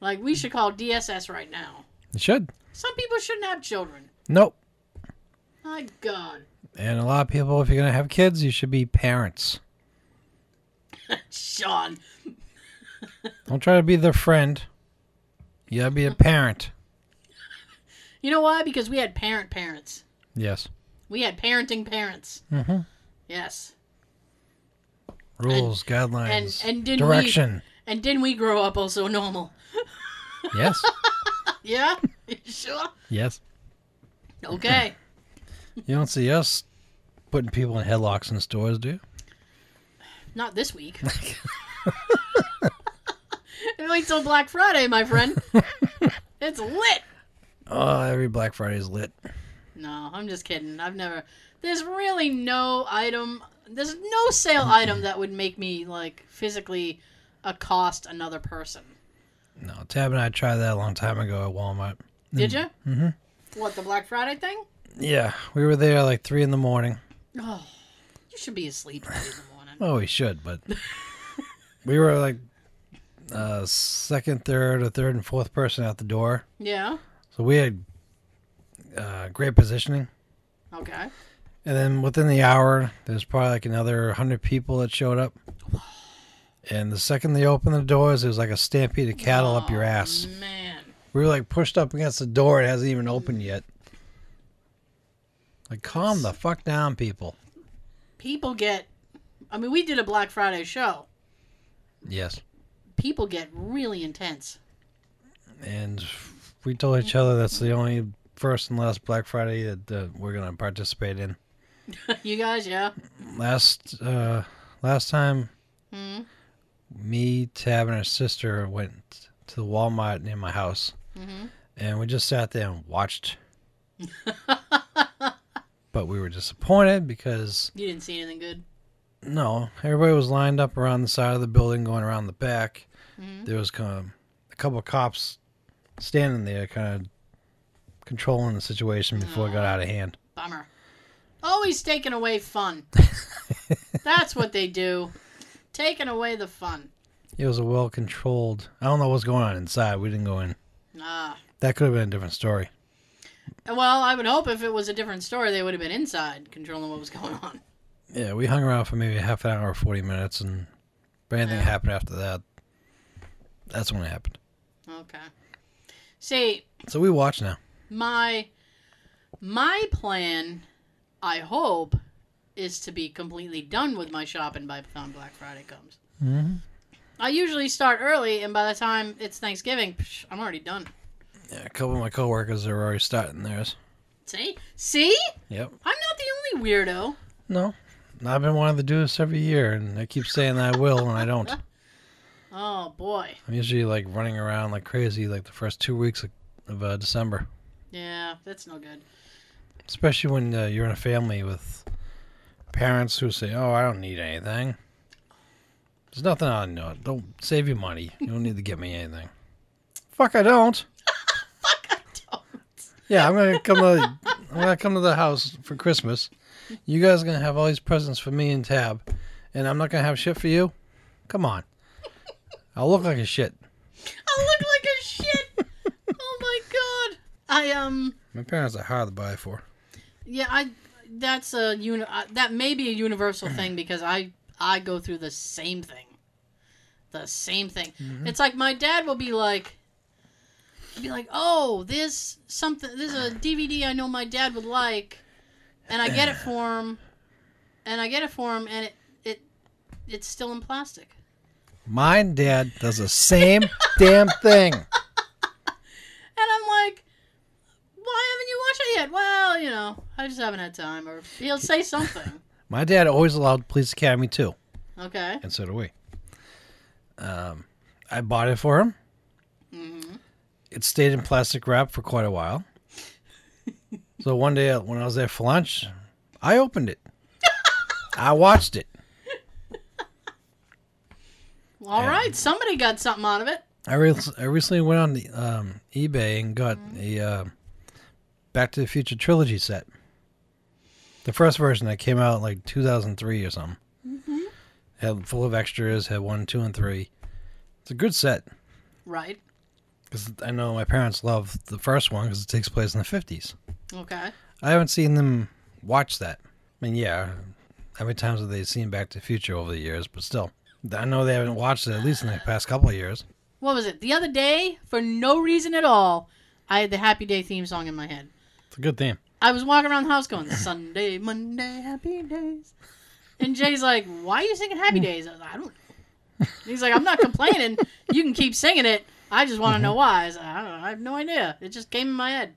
Speaker 2: Like we should call DSS right now.
Speaker 3: You should.
Speaker 2: Some people shouldn't have children.
Speaker 3: Nope.
Speaker 2: My God,
Speaker 3: And a lot of people, if you're gonna have kids, you should be parents.
Speaker 2: Sean,
Speaker 3: Don't try to be their friend. You gotta be a parent.
Speaker 2: you know why? Because we had parent parents.
Speaker 3: Yes.
Speaker 2: We had parenting parents.
Speaker 3: hmm
Speaker 2: Yes,
Speaker 3: Rules, guidelines,
Speaker 2: and- and didn't we-
Speaker 3: direction.
Speaker 2: and didn't we grow up also normal?
Speaker 3: yes.
Speaker 2: Yeah, sure.
Speaker 3: Yes.
Speaker 2: Okay.
Speaker 3: You don't see us putting people in headlocks in stores, do you?
Speaker 2: Not this week. Wait till Black Friday, my friend. it's lit.
Speaker 3: Oh, every Black Friday is lit.
Speaker 2: No, I'm just kidding. I've never. There's really no item. There's no sale item that would make me like physically accost another person.
Speaker 3: No, Tab and I tried that a long time ago at Walmart.
Speaker 2: Did you?
Speaker 3: Mhm.
Speaker 2: What the Black Friday thing?
Speaker 3: Yeah, we were there like three in the morning.
Speaker 2: Oh, you should be asleep early in the morning.
Speaker 3: Oh, we should, but we were like uh, second, third, or third and fourth person out the door.
Speaker 2: Yeah.
Speaker 3: So we had uh, great positioning.
Speaker 2: Okay.
Speaker 3: And then within the hour, there's probably like another 100 people that showed up. And the second they opened the doors, there was like a stampede of cattle up your ass.
Speaker 2: Oh, Man.
Speaker 3: We were like pushed up against the door. It hasn't even opened yet. Like, calm the fuck down, people.
Speaker 2: People get. I mean, we did a Black Friday show.
Speaker 3: Yes.
Speaker 2: People get really intense.
Speaker 3: And we told each other that's the only first and last Black Friday that, that we're going to participate in.
Speaker 2: you guys, yeah.
Speaker 3: Last uh, last time,
Speaker 2: Hmm.
Speaker 3: me, Tab, and her sister went to the Walmart near my house,
Speaker 2: Mhm.
Speaker 3: and we just sat there and watched. but we were disappointed because
Speaker 2: You didn't see anything good.
Speaker 3: No, everybody was lined up around the side of the building, going around the back. There was kind of a couple of cops standing there, kind of controlling the situation before it got out of hand.
Speaker 2: Bummer. Always taking away fun. That's what they do. Taking away the fun.
Speaker 3: It was a well controlled. I don't know what's going on inside. We didn't go in.
Speaker 2: Ah.
Speaker 3: That could have been a different story.
Speaker 2: Well, I would hope if it was a different story, they would have been inside controlling what was going on.
Speaker 3: Yeah, we hung around for maybe half an hour, or forty minutes, and if anything
Speaker 2: Yeah.
Speaker 3: happened after that, that's when it happened.
Speaker 2: Okay. See,
Speaker 3: So we watch now.
Speaker 2: my my plan, I hope, is to be completely done with my shopping by the time Black Friday comes.
Speaker 3: Mhm.
Speaker 2: I usually start early, and by the time it's Thanksgiving, psh, I'm already done.
Speaker 3: Yeah, a couple of my coworkers are already starting theirs.
Speaker 2: See, see,
Speaker 3: Yep.
Speaker 2: I'm not the only weirdo.
Speaker 3: No. I've been wanting to do this every year, and I keep saying I will, and I don't.
Speaker 2: Oh boy,
Speaker 3: I'm usually like running around like crazy, like the first two weeks of, of uh, December,
Speaker 2: yeah, that's no good.
Speaker 3: especially when uh, you're in a family with parents who say, "Oh, I don't need anything. There's nothing on no. Don't save your money. You don't need to get me anything." Fuck, I don't.
Speaker 2: Fuck, I don't.
Speaker 3: Yeah, I'm gonna come to I'm gonna come to the house for Christmas. You guys are gonna have all these presents for me and Tab, and I'm not gonna have shit for you. Come on, I'll look like a shit.
Speaker 2: I look like a shit. oh my god. I um.
Speaker 3: My parents are hard to buy for.
Speaker 2: Yeah, I that's a uni- I- that may be a universal thing because I I go through the same thing. The same thing. It's like my dad will be like he'll be like, "Oh, there's something there's a DVD I know my dad would like." And I get it for him. And I get it for him and it it it's still in plastic.
Speaker 3: My dad does the same damn thing.
Speaker 2: And I'm like, "Why haven't you watched it yet?" Well, you know, I just haven't had time or he'll say something.
Speaker 3: My dad always allowed Police Academy too,
Speaker 2: Okay.
Speaker 3: and so do we. Um, I bought it for him. It stayed in plastic wrap for quite a while. so one day uh, when I was there for lunch, I opened it. I watched it.
Speaker 2: All right, somebody got something out of it.
Speaker 3: I, re- I recently went on the, um, eBay and got a uh, Back to the Future trilogy set. The first version that came out in like 2003 or something. Had full of extras, had one, two, and three. It's a good set
Speaker 2: Right.
Speaker 3: because I know my parents love the first one because it takes place in the 50s.
Speaker 2: Okay.
Speaker 3: I haven't seen them watch that. I mean, yeah, how many times have they seen Back to the Future over the years? But still, I know they haven't watched it at least in the past couple of years.
Speaker 2: What was it? The other day, for no reason at all, I had the Happy Day theme song in my head.
Speaker 3: It's a good theme.
Speaker 2: I was walking around the house going, Sunday, Monday, Happy Days. And Jay's like, Why are you singing Happy Days? I, was like, I don't know. And he's like, I'm not complaining. You can keep singing it. I just want to know why. I, was like, I don't know. I have no idea. It just came in my head.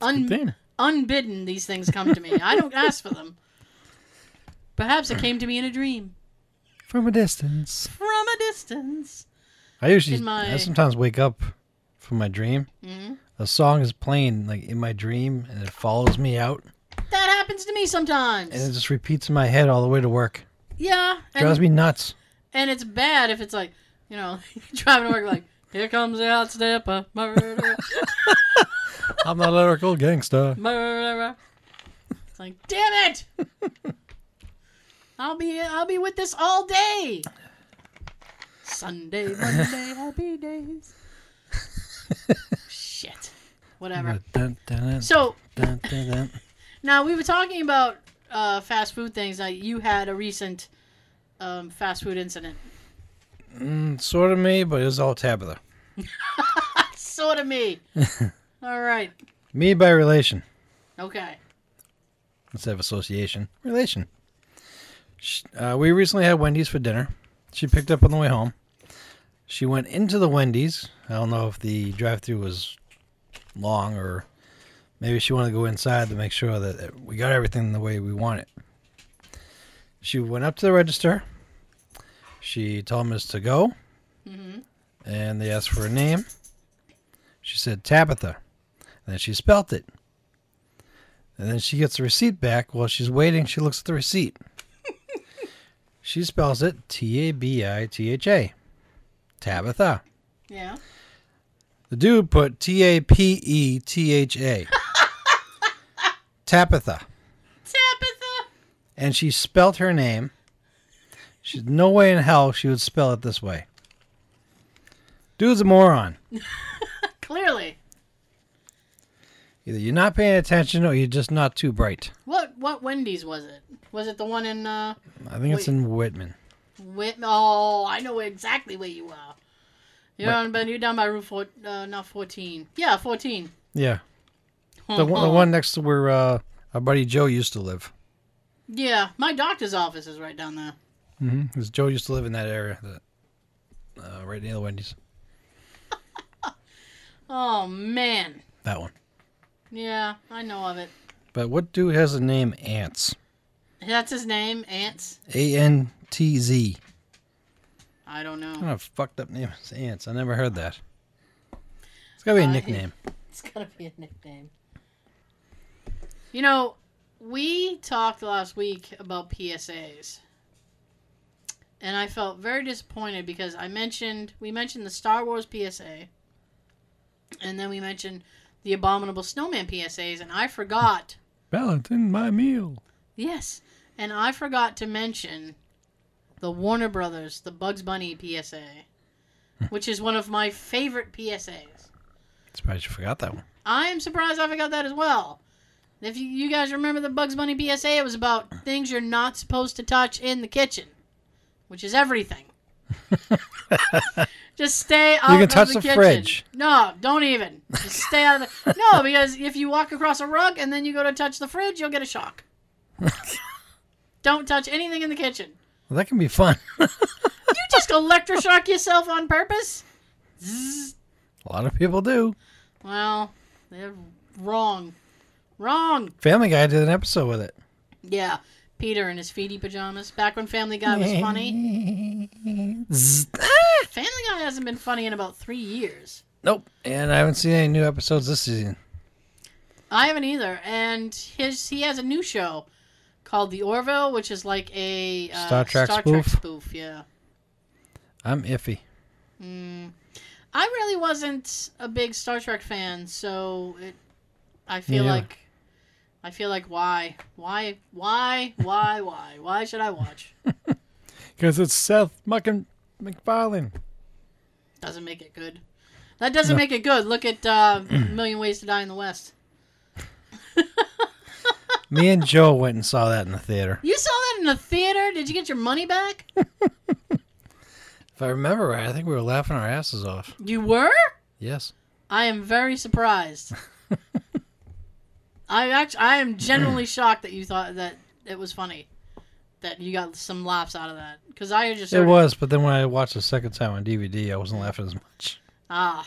Speaker 2: Un-
Speaker 3: theme.
Speaker 2: unbidden, these things come to me. I don't ask for them. Perhaps it came to me in a dream
Speaker 3: From a distance.
Speaker 2: from a distance.
Speaker 3: I usually,
Speaker 2: In my-
Speaker 3: I sometimes wake up from my dream.
Speaker 2: Mhm.
Speaker 3: A song is playing like in my dream, and it follows me out,
Speaker 2: That happens to me sometimes.
Speaker 3: and it just repeats in my head all the way to work.
Speaker 2: yeah,
Speaker 3: drives
Speaker 2: and,
Speaker 3: me nuts.
Speaker 2: and it's bad if it's like, you know, driving to work like, here comes the outstepper, murderer,
Speaker 3: I'm not a lyrical gangster.
Speaker 2: murderer. It's like, damn it! I'll be I'll be with this all day. Sunday, Monday, happy days. Shit, whatever.
Speaker 3: Dun, dun, dun,
Speaker 2: So
Speaker 3: dun, dun, dun.
Speaker 2: Now we were talking about uh, fast food things. Now you had a recent um, fast food incident.
Speaker 3: Mm, sort of me, but it's all Tabitha.
Speaker 2: sort of me. All right.
Speaker 3: Me by relation.
Speaker 2: Okay.
Speaker 3: instead of association. Relation. Sh uh, we recently had Wendy's for dinner. She picked up on the way home. She went into the Wendy's. I don't know if the drive-through was long or maybe she wanted to go inside to make sure that we got everything the way we want it. She went up to the register. She told them us to go, and they asked for her name. She said Tabitha, and then she spelt it. And then she gets the receipt back. While she's waiting, she looks at the receipt. she spells it T A B I T H A. Tabitha.
Speaker 2: Yeah.
Speaker 3: The dude put T A P E T H A. Tabitha.
Speaker 2: Tabitha.
Speaker 3: And she spelt her name. She's no way in hell she would spell it this way. Dude's a moron.
Speaker 2: Clearly.
Speaker 3: Either you're not paying attention or you're just not too bright.
Speaker 2: What what Wendy's was it? Was it the one in uh
Speaker 3: I think
Speaker 2: Wait.
Speaker 3: it's in Whitman.
Speaker 2: Whit Oh, I know exactly where you are. You're on but you're down by Route four uh, not fourteen. Yeah, fourteen.
Speaker 3: Yeah. The one, the one next to where uh, our buddy Joe used to live.
Speaker 2: Yeah. My doctor's office is right down there.
Speaker 3: Because Joe used to live in that area, that, uh, right near the Wendy's.
Speaker 2: Oh man.
Speaker 3: That one.
Speaker 2: Yeah, I know of it.
Speaker 3: But what dude has a name Ants?
Speaker 2: That's his name, Ants.
Speaker 3: A N T Z.
Speaker 2: I don't know.
Speaker 3: What a fucked up name is Ants. I never heard that. It's gotta be a
Speaker 2: I-
Speaker 3: nickname.
Speaker 2: It's gotta be a nickname. You know, we talked last week about PSAs. And I felt very disappointed because I mentioned we mentioned the Star Wars PSA. And then we mentioned the abominable snowman PSAs and I forgot.
Speaker 3: Balance in my meal.
Speaker 2: Yes. And I forgot to mention the Warner Brothers, the Bugs Bunny PSA, which is one of my favorite PSAs.
Speaker 3: Surprised you forgot that one.
Speaker 2: I am surprised I forgot that as well. If you, you guys remember the Bugs Bunny PSA, it was about things you're not supposed to touch in the kitchen, which is everything. Just stay out
Speaker 3: can
Speaker 2: of
Speaker 3: touch
Speaker 2: the,
Speaker 3: the
Speaker 2: kitchen.
Speaker 3: fridge.
Speaker 2: No, don't even. Just stay out of the. No, because if you walk across a rug and then you go to touch the fridge, you'll get a shock. don't touch anything in the kitchen.
Speaker 3: Well, that can be fun. a
Speaker 2: You just electroshock yourself on purpose?
Speaker 3: lot of people do.
Speaker 2: Well, they're wrong. Wrong.
Speaker 3: Family Guy did an episode with it.
Speaker 2: Yeah, Peter in his feety pajamas. Back when Family Guy was funny.
Speaker 3: Zzz.
Speaker 2: Family Guy hasn't been funny in about three years.
Speaker 3: Ah! Nope. And I haven't seen any new episodes this season.
Speaker 2: I haven't either. And his he has a new show called The Orville, which is like a uh,
Speaker 3: Star Trek spoof?
Speaker 2: spoof. Yeah,
Speaker 3: I'm iffy.
Speaker 2: I really wasn't a big Star Trek fan, so it. I feel
Speaker 3: Yeah.
Speaker 2: like. I feel like why, why, why, why, why, why should I watch?
Speaker 3: Because it's Seth Muckin McFarlane.
Speaker 2: Doesn't make it good. That doesn't make it good. Look at uh, Million Ways to Die in the West.
Speaker 3: Me and Joe went and saw that in the theater.
Speaker 2: You saw that in the theater? Did you get your money back?
Speaker 3: If I remember right, I think we were laughing our asses off.
Speaker 2: You were?
Speaker 3: Yes.
Speaker 2: I am very surprised. I actually, I am genuinely shocked that you thought that it was funny, that you got some laughs out of that. Because I just
Speaker 3: It
Speaker 2: heard-
Speaker 3: was, but then when I watched the second time on DVD, I wasn't laughing as much.
Speaker 2: ah,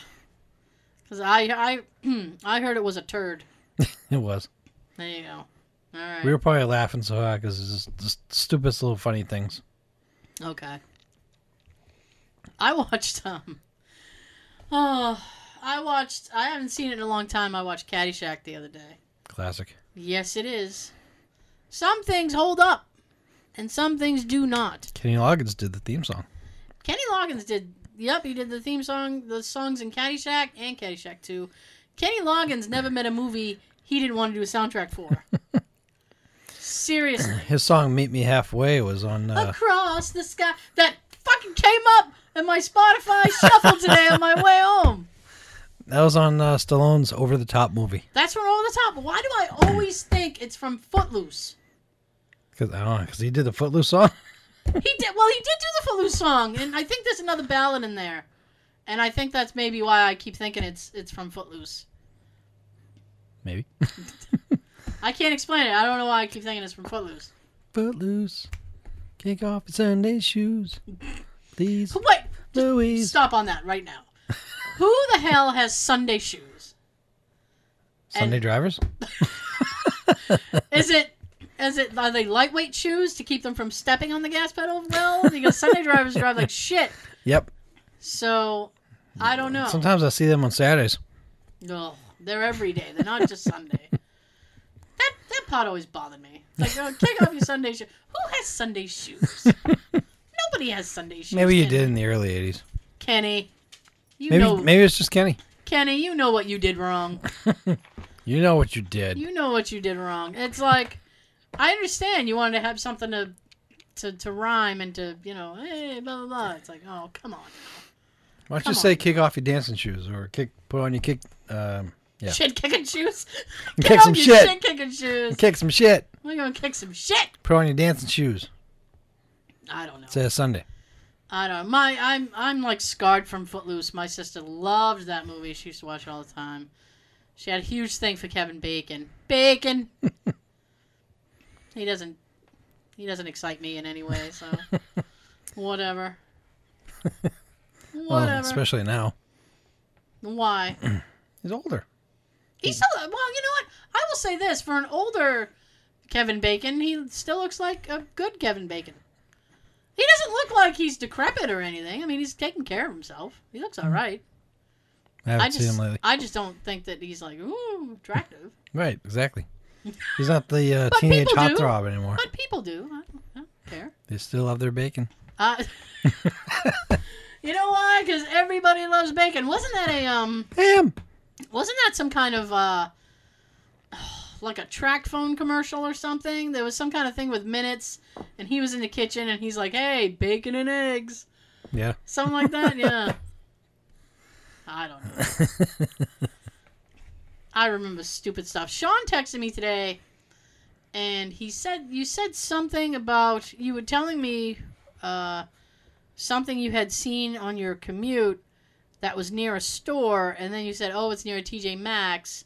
Speaker 2: because I I I heard it was a turd.
Speaker 3: It was.
Speaker 2: There you go. All right.
Speaker 3: We were probably laughing so hard because it's just, just stupidest little funny things.
Speaker 2: Okay. I watched um Oh I watched I haven't seen it in a long time. I watched Caddyshack the other day.
Speaker 3: Classic.
Speaker 2: Yes it is. Some things hold up and some things do not.
Speaker 3: Kenny Loggins did the theme song.
Speaker 2: Kenny Loggins did yep, he did the theme song, the songs in Caddyshack and Caddyshack 2. Kenny Loggins never made a movie he didn't want to do a soundtrack for. Seriously.
Speaker 3: His song "Meet Me Halfway" was on. Uh,
Speaker 2: across the sky that fucking came up in my Spotify shuffle today on my way home.
Speaker 3: that was on uh, Stallone's "Over the Top" movie.
Speaker 2: That's from Over the Top. Why do I always think it's from Footloose?
Speaker 3: Because I don't know, 'cause he did the Footloose song.
Speaker 2: He did well. He did do the Footloose song, and I think there's another ballad in there. and I think that's maybe why I keep thinking it's it's from Footloose.
Speaker 3: Maybe.
Speaker 2: I can't explain it. I don't know why I keep thinking it's from Footloose.
Speaker 3: Footloose. Kick off your Sunday shoes. These
Speaker 2: Wait,
Speaker 3: Louis.
Speaker 2: stop on that right now. Who the hell has Sunday shoes?
Speaker 3: Sunday drivers?
Speaker 2: Is it is it are they lightweight shoes to keep them from stepping on the gas pedal well? Because Sunday drivers drive like shit.
Speaker 3: Yep.
Speaker 2: So I don't know.
Speaker 3: Sometimes I see them on Saturdays.
Speaker 2: Ugh, they're every day. They're not just Sunday. That that part always bothered me. It's like, oh, take off your Sunday shoes. Who has Sunday shoes? Nobody has Sunday shoes.
Speaker 3: Maybe you
Speaker 2: Kenny.
Speaker 3: did in the early 80s.
Speaker 2: Kenny. You
Speaker 3: Maybe
Speaker 2: know,
Speaker 3: maybe it's just Kenny.
Speaker 2: Kenny, you know what you did wrong.
Speaker 3: You know what you did.
Speaker 2: You know what you did wrong. It's like, I understand you wanted to have something to, to, to rhyme and to, you know, hey, blah, blah, blah. It's like, oh, come on.
Speaker 3: Why don't
Speaker 2: Come
Speaker 3: you say kick off your dancing shoes or kick put on your kick um, Yeah.
Speaker 2: Shit kicking shoes.
Speaker 3: Kick
Speaker 2: Get
Speaker 3: some
Speaker 2: off your
Speaker 3: shit.
Speaker 2: shit kicking shoes.
Speaker 3: kick some shit.
Speaker 2: We're going to kick some shit.
Speaker 3: Put on your dancing shoes.
Speaker 2: I don't know.
Speaker 3: Say it's Sunday.
Speaker 2: I don't. My I'm I'm like scarred from Footloose. My sister loved that movie. She used to watch it all the time. She had a huge thing for Kevin Bacon. Bacon. he doesn't. He doesn't excite me in any way. So, whatever.
Speaker 3: Well,
Speaker 2: Whatever.
Speaker 3: especially now.
Speaker 2: Why?
Speaker 3: He's older. Hmm.
Speaker 2: He still. Well, you know what? I will say this for an older Kevin Bacon, he still looks like a good Kevin Bacon. He doesn't look like he's decrepit or anything. I mean, he's taking care of himself. He looks all right.
Speaker 3: I Hmm. haven't
Speaker 2: I
Speaker 3: seen him
Speaker 2: just,
Speaker 3: lately.
Speaker 2: I just don't think that he's like ooh attractive,
Speaker 3: Right, exactly. He's not the uh,
Speaker 2: But
Speaker 3: teenage
Speaker 2: people do.
Speaker 3: hotthrob anymore.
Speaker 2: but people do. I don't, I don't care.
Speaker 3: They still love their bacon.
Speaker 2: Uh, you know why? Because everybody loves bacon. Wasn't that a um?
Speaker 3: Damn.
Speaker 2: Wasn't that some kind of uh, like a track phone commercial or something? There was some kind of thing with minutes, and he was in the kitchen, and he's like, "Hey, bacon and eggs,"
Speaker 3: Yeah.
Speaker 2: something like that. Yeah. I don't know. I remember stupid stuff. Sean texted me today, and he said you said something about you were telling me uh, something you had seen on your commute that was near a store, and then you said, "Oh, it's near a TJ Maxx,"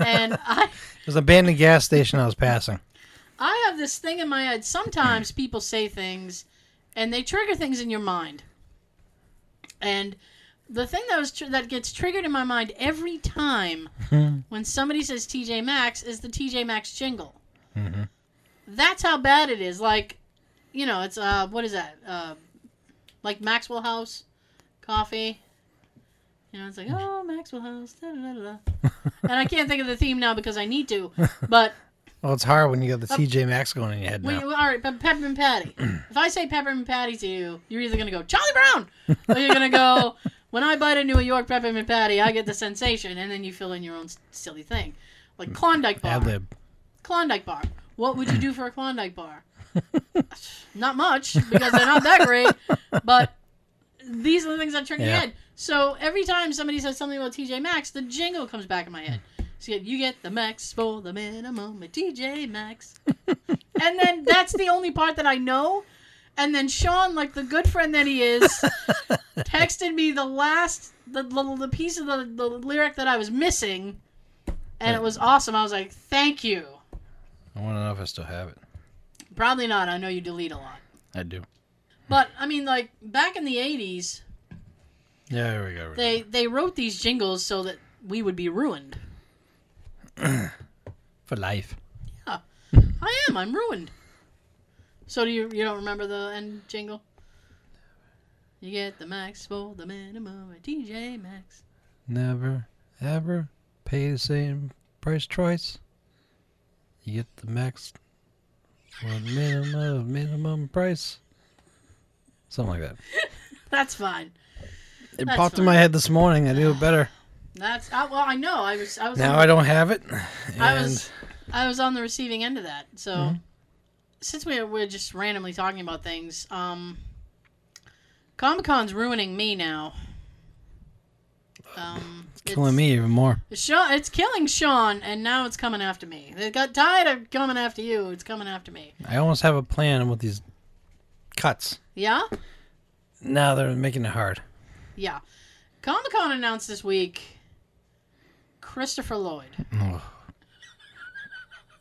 Speaker 2: and I
Speaker 3: There's an abandoned gas station I was passing.
Speaker 2: I have this thing in my head. Sometimes people say things, and they trigger things in your mind. And the thing that was tr- that gets triggered in my mind every time when somebody says TJ Maxx is the TJ Maxx jingle. That's how bad it is. Like, you know, it's uh, what is that? Uh, like Maxwell House coffee. You know, it's like oh Maxwell House, da da da da. and I can't think of the theme now because I need to, but.
Speaker 3: Well, it's hard when you got the TJ Maxx going in your head
Speaker 2: Wait,
Speaker 3: now.
Speaker 2: Oh. well, all right, but Peppermint Patty. if I say Peppermint Patty to you, you're either gonna go Charlie Brown, or you're gonna go when I bite a New York Peppermint Patty, I get the sensation, and then you fill in your own s- silly thing, like Klondike bar.
Speaker 3: Mm. Ad lib.
Speaker 2: Klondike bar. What would you do for a Klondike bar? not much because they're not that great, but these are the things that trigger your
Speaker 3: Yeah.
Speaker 2: head. So every time somebody says something about TJ Maxx, the jingle comes back in my head. So you get, you get the max for the minimum at TJ Maxx. and then that's the only part that I know. And then Sean, like the good friend that he is, texted me the last the, the, the piece of the, the lyric that I was missing. And it was awesome. I was like, thank you.
Speaker 3: I want to know if I still have it.
Speaker 2: Probably not. I know you delete a lot.
Speaker 3: I do.
Speaker 2: But I mean like back in the 80s,
Speaker 3: Yeah, here we go.
Speaker 2: they they wrote these jingles so that we would be ruined.
Speaker 3: For life.
Speaker 2: I am. I'm ruined. So do you you don't remember the end jingle? You get the max for the minimum at DJ Max.
Speaker 3: Never, ever pay the same price twice. You get the max for the minimum, minimum price. Something like that.
Speaker 2: That's fine.
Speaker 3: It
Speaker 2: That's
Speaker 3: popped in my head this morning. I knew it better.
Speaker 2: That's I, well, I know. I was I was
Speaker 3: Now
Speaker 2: on,
Speaker 3: I don't have it.
Speaker 2: I
Speaker 3: and- Mm-hmm.
Speaker 2: was I was on the receiving end of that. So since we we're just randomly talking about things, um Comic Con's ruining me now. Um, it's
Speaker 3: killing me even more.
Speaker 2: Sean, it's killing Sean, and now it's coming after me. They got tired of coming after you. It's coming after me.
Speaker 3: I almost have a plan on with these cuts.
Speaker 2: Yeah,
Speaker 3: Now they're making it hard.
Speaker 2: yeah. Comic Con announced this week Christopher Lloyd.
Speaker 3: Ugh.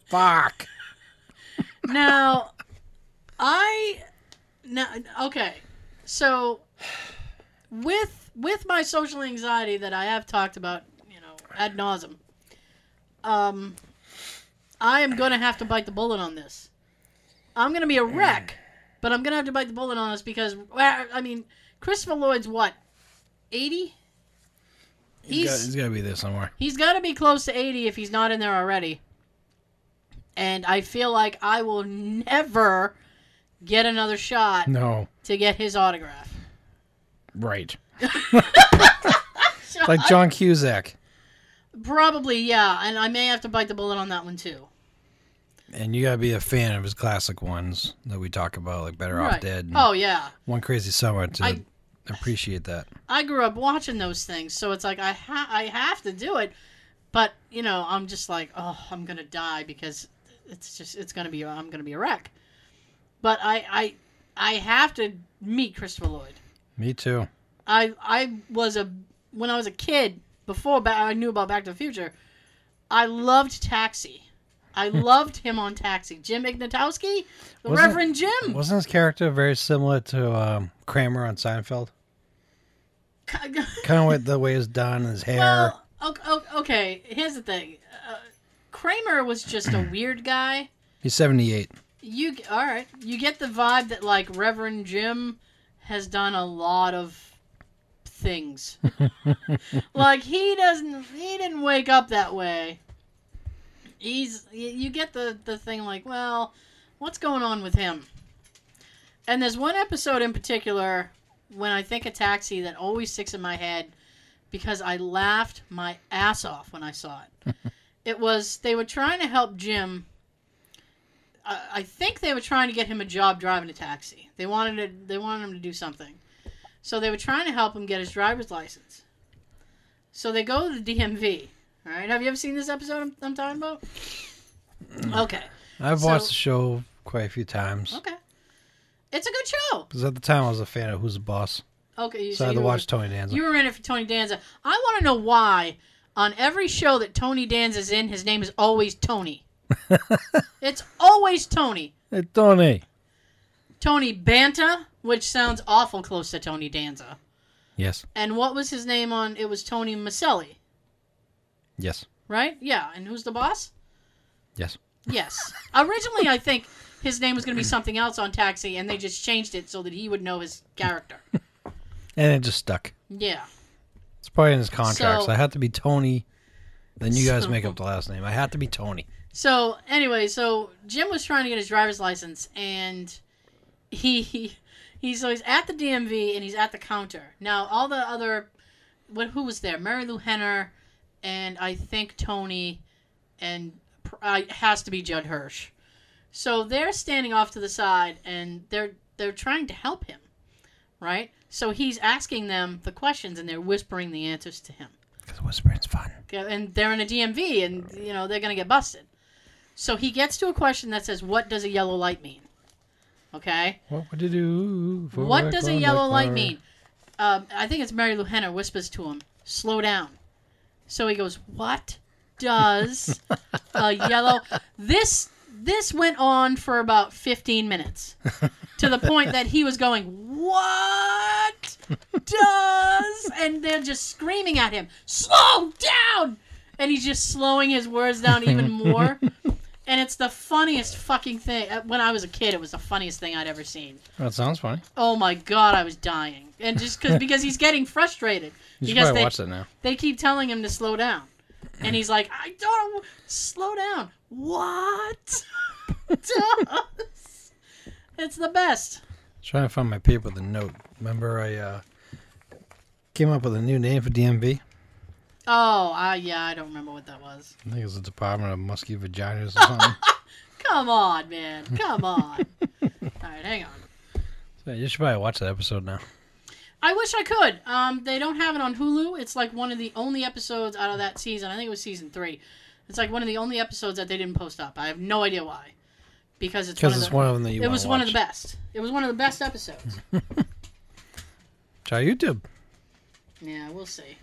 Speaker 3: Fuck.
Speaker 2: Now, I now okay. So with with my social anxiety that I have talked about, you know, ad nauseum, um, I am gonna have to bite the bullet on this. I'm gonna be a wreck, but I'm gonna have to bite the bullet on this because well, I mean, Christopher Lloyd's what, eighty?
Speaker 3: He's got, he's got to be there somewhere.
Speaker 2: He's got to be close to 80 if he's not in there already. And I feel like I will never get another shot
Speaker 3: No,
Speaker 2: to get his autograph.
Speaker 3: right. Like John Cusack,
Speaker 2: Probably, yeah. And I may have to bite the bullet on that one, too.
Speaker 3: and you got to be a fan of his classic ones that we talk about, like Better Off
Speaker 2: Right.
Speaker 3: Dead, and
Speaker 2: Oh, yeah.
Speaker 3: One Crazy Summer, to
Speaker 2: I-
Speaker 3: appreciate that.
Speaker 2: I grew up watching those things, so it's like I ha- I have to do it. But you know, I'm just like, oh, I'm gonna die because it's just it's gonna be I'm gonna be a wreck. But I I I have to meet Christopher Lloyd.
Speaker 3: Me too.
Speaker 2: I I was a when I was a kid before ba- I knew about Back to the Future. I loved Taxi. I loved him on Taxi. Jim Ignatowski, the
Speaker 3: Hmm. Wasn't-
Speaker 2: Reverend Jim.
Speaker 3: Wasn't his character very similar to um, Kramer on Seinfeld? Kind of with the way it's done, his hair.
Speaker 2: well, o- o- okay. Here's the thing. Uh, Kramer was just a weird guy.
Speaker 3: He's 78.
Speaker 2: You g- all right? You get the vibe that like Reverend Jim has done a lot of things. like he doesn't. He didn't wake up that way. He's. y- You get the the thing like, well, what's going on with him? And there's one episode in particular when I think of Taxi that always sticks in my head because I laughed my ass off when I saw it. it was they were trying to help Jim I I think they were trying to get him a job driving a taxi. They wanted to, they wanted him to do something, so they were trying to help him get his driver's license. So they go to the DMV. All right, have you ever seen this episode I'm, I'm talking about?
Speaker 3: Mm.
Speaker 2: Okay,
Speaker 3: I've
Speaker 2: So-
Speaker 3: watched the show quite a few times.
Speaker 2: okay, it's a good show.
Speaker 3: Because at the time I was a fan of Who's the Boss.
Speaker 2: Okay, you,
Speaker 3: So I had
Speaker 2: you
Speaker 3: to
Speaker 2: were-
Speaker 3: watch Tony Danza.
Speaker 2: You were in it for Tony Danza. I want to know why on every show that Tony Danza's in, his name is always Tony. it's always Tony.
Speaker 3: Hey, Tony.
Speaker 2: Tony Banta, which sounds awful close to Tony Danza.
Speaker 3: Yes.
Speaker 2: And what was his name on? It was Tony Maselli,
Speaker 3: Yes.
Speaker 2: right? Yeah. And who's the boss?
Speaker 3: Yes.
Speaker 2: Yes. Originally, I think his name was going to be something else on Taxi, and they just changed it so that he would know his character.
Speaker 3: And it just stuck.
Speaker 2: Yeah.
Speaker 3: It's probably in his contracts.
Speaker 2: So-
Speaker 3: I had to be Tony. Then you guys
Speaker 2: So-
Speaker 3: make up the last name. I had to be Tony.
Speaker 2: So anyway, so Jim was trying to get his driver's license, and he, he he's so he's at the DMV and he's at the counter. Now all the other, what who was there? Mary Lou Henner, and I think Tony, and pr- uh, it has to be Judd Hirsch. So they're standing off to the side, and they're they're trying to help him, right? So he's asking them the questions, and they're whispering the answers to him.
Speaker 3: Because whispering's fun.
Speaker 2: Okay, and they're in a DMV, and you know they're gonna get busted. So he gets to a question that says, "What does a yellow light mean?" Okay,
Speaker 3: What would you do? for
Speaker 2: what does a
Speaker 3: on
Speaker 2: yellow
Speaker 3: the
Speaker 2: light
Speaker 3: car?
Speaker 2: mean? Um, I think it's Mary Lou Henner whispers to him, "Slow down." So he goes, "What does a yellow?" This this went on for about fifteen minutes, to the point that he was going, "What does?" And they're just screaming at him, "Slow down!" And he's just slowing his words down even more. And it's the funniest fucking thing. Uh, When I was a kid, it was the funniest thing I'd ever seen.
Speaker 3: That sounds funny.
Speaker 2: Oh my god, I was dying. And just cause, because he's getting frustrated.
Speaker 3: You should
Speaker 2: because
Speaker 3: probably
Speaker 2: they,
Speaker 3: watch that now.
Speaker 2: they keep telling him to slow down. And he's like, I don't slow down. What? does? It's the best.
Speaker 3: Trying to find my paper with a note. Remember, I uh, came up with a new name for DMV.
Speaker 2: Oh, I yeah, I don't remember what that was.
Speaker 3: I think it's the Department of Musky Vaginas or something.
Speaker 2: Come on, man. Come on. All right, hang on.
Speaker 3: So you should probably watch that episode now.
Speaker 2: I wish I could. Um, they don't have it on Hulu. It's like one of the only episodes out of that season. I think it was season three. It's like one of the only episodes that they didn't post up. I have no idea why, because it's one
Speaker 3: Because
Speaker 2: of
Speaker 3: it's
Speaker 2: the,
Speaker 3: one of them that
Speaker 2: it
Speaker 3: you wanna
Speaker 2: was one of the
Speaker 3: watch.
Speaker 2: best. It was one of the best episodes.
Speaker 3: Try YouTube.
Speaker 2: Yeah, we'll see.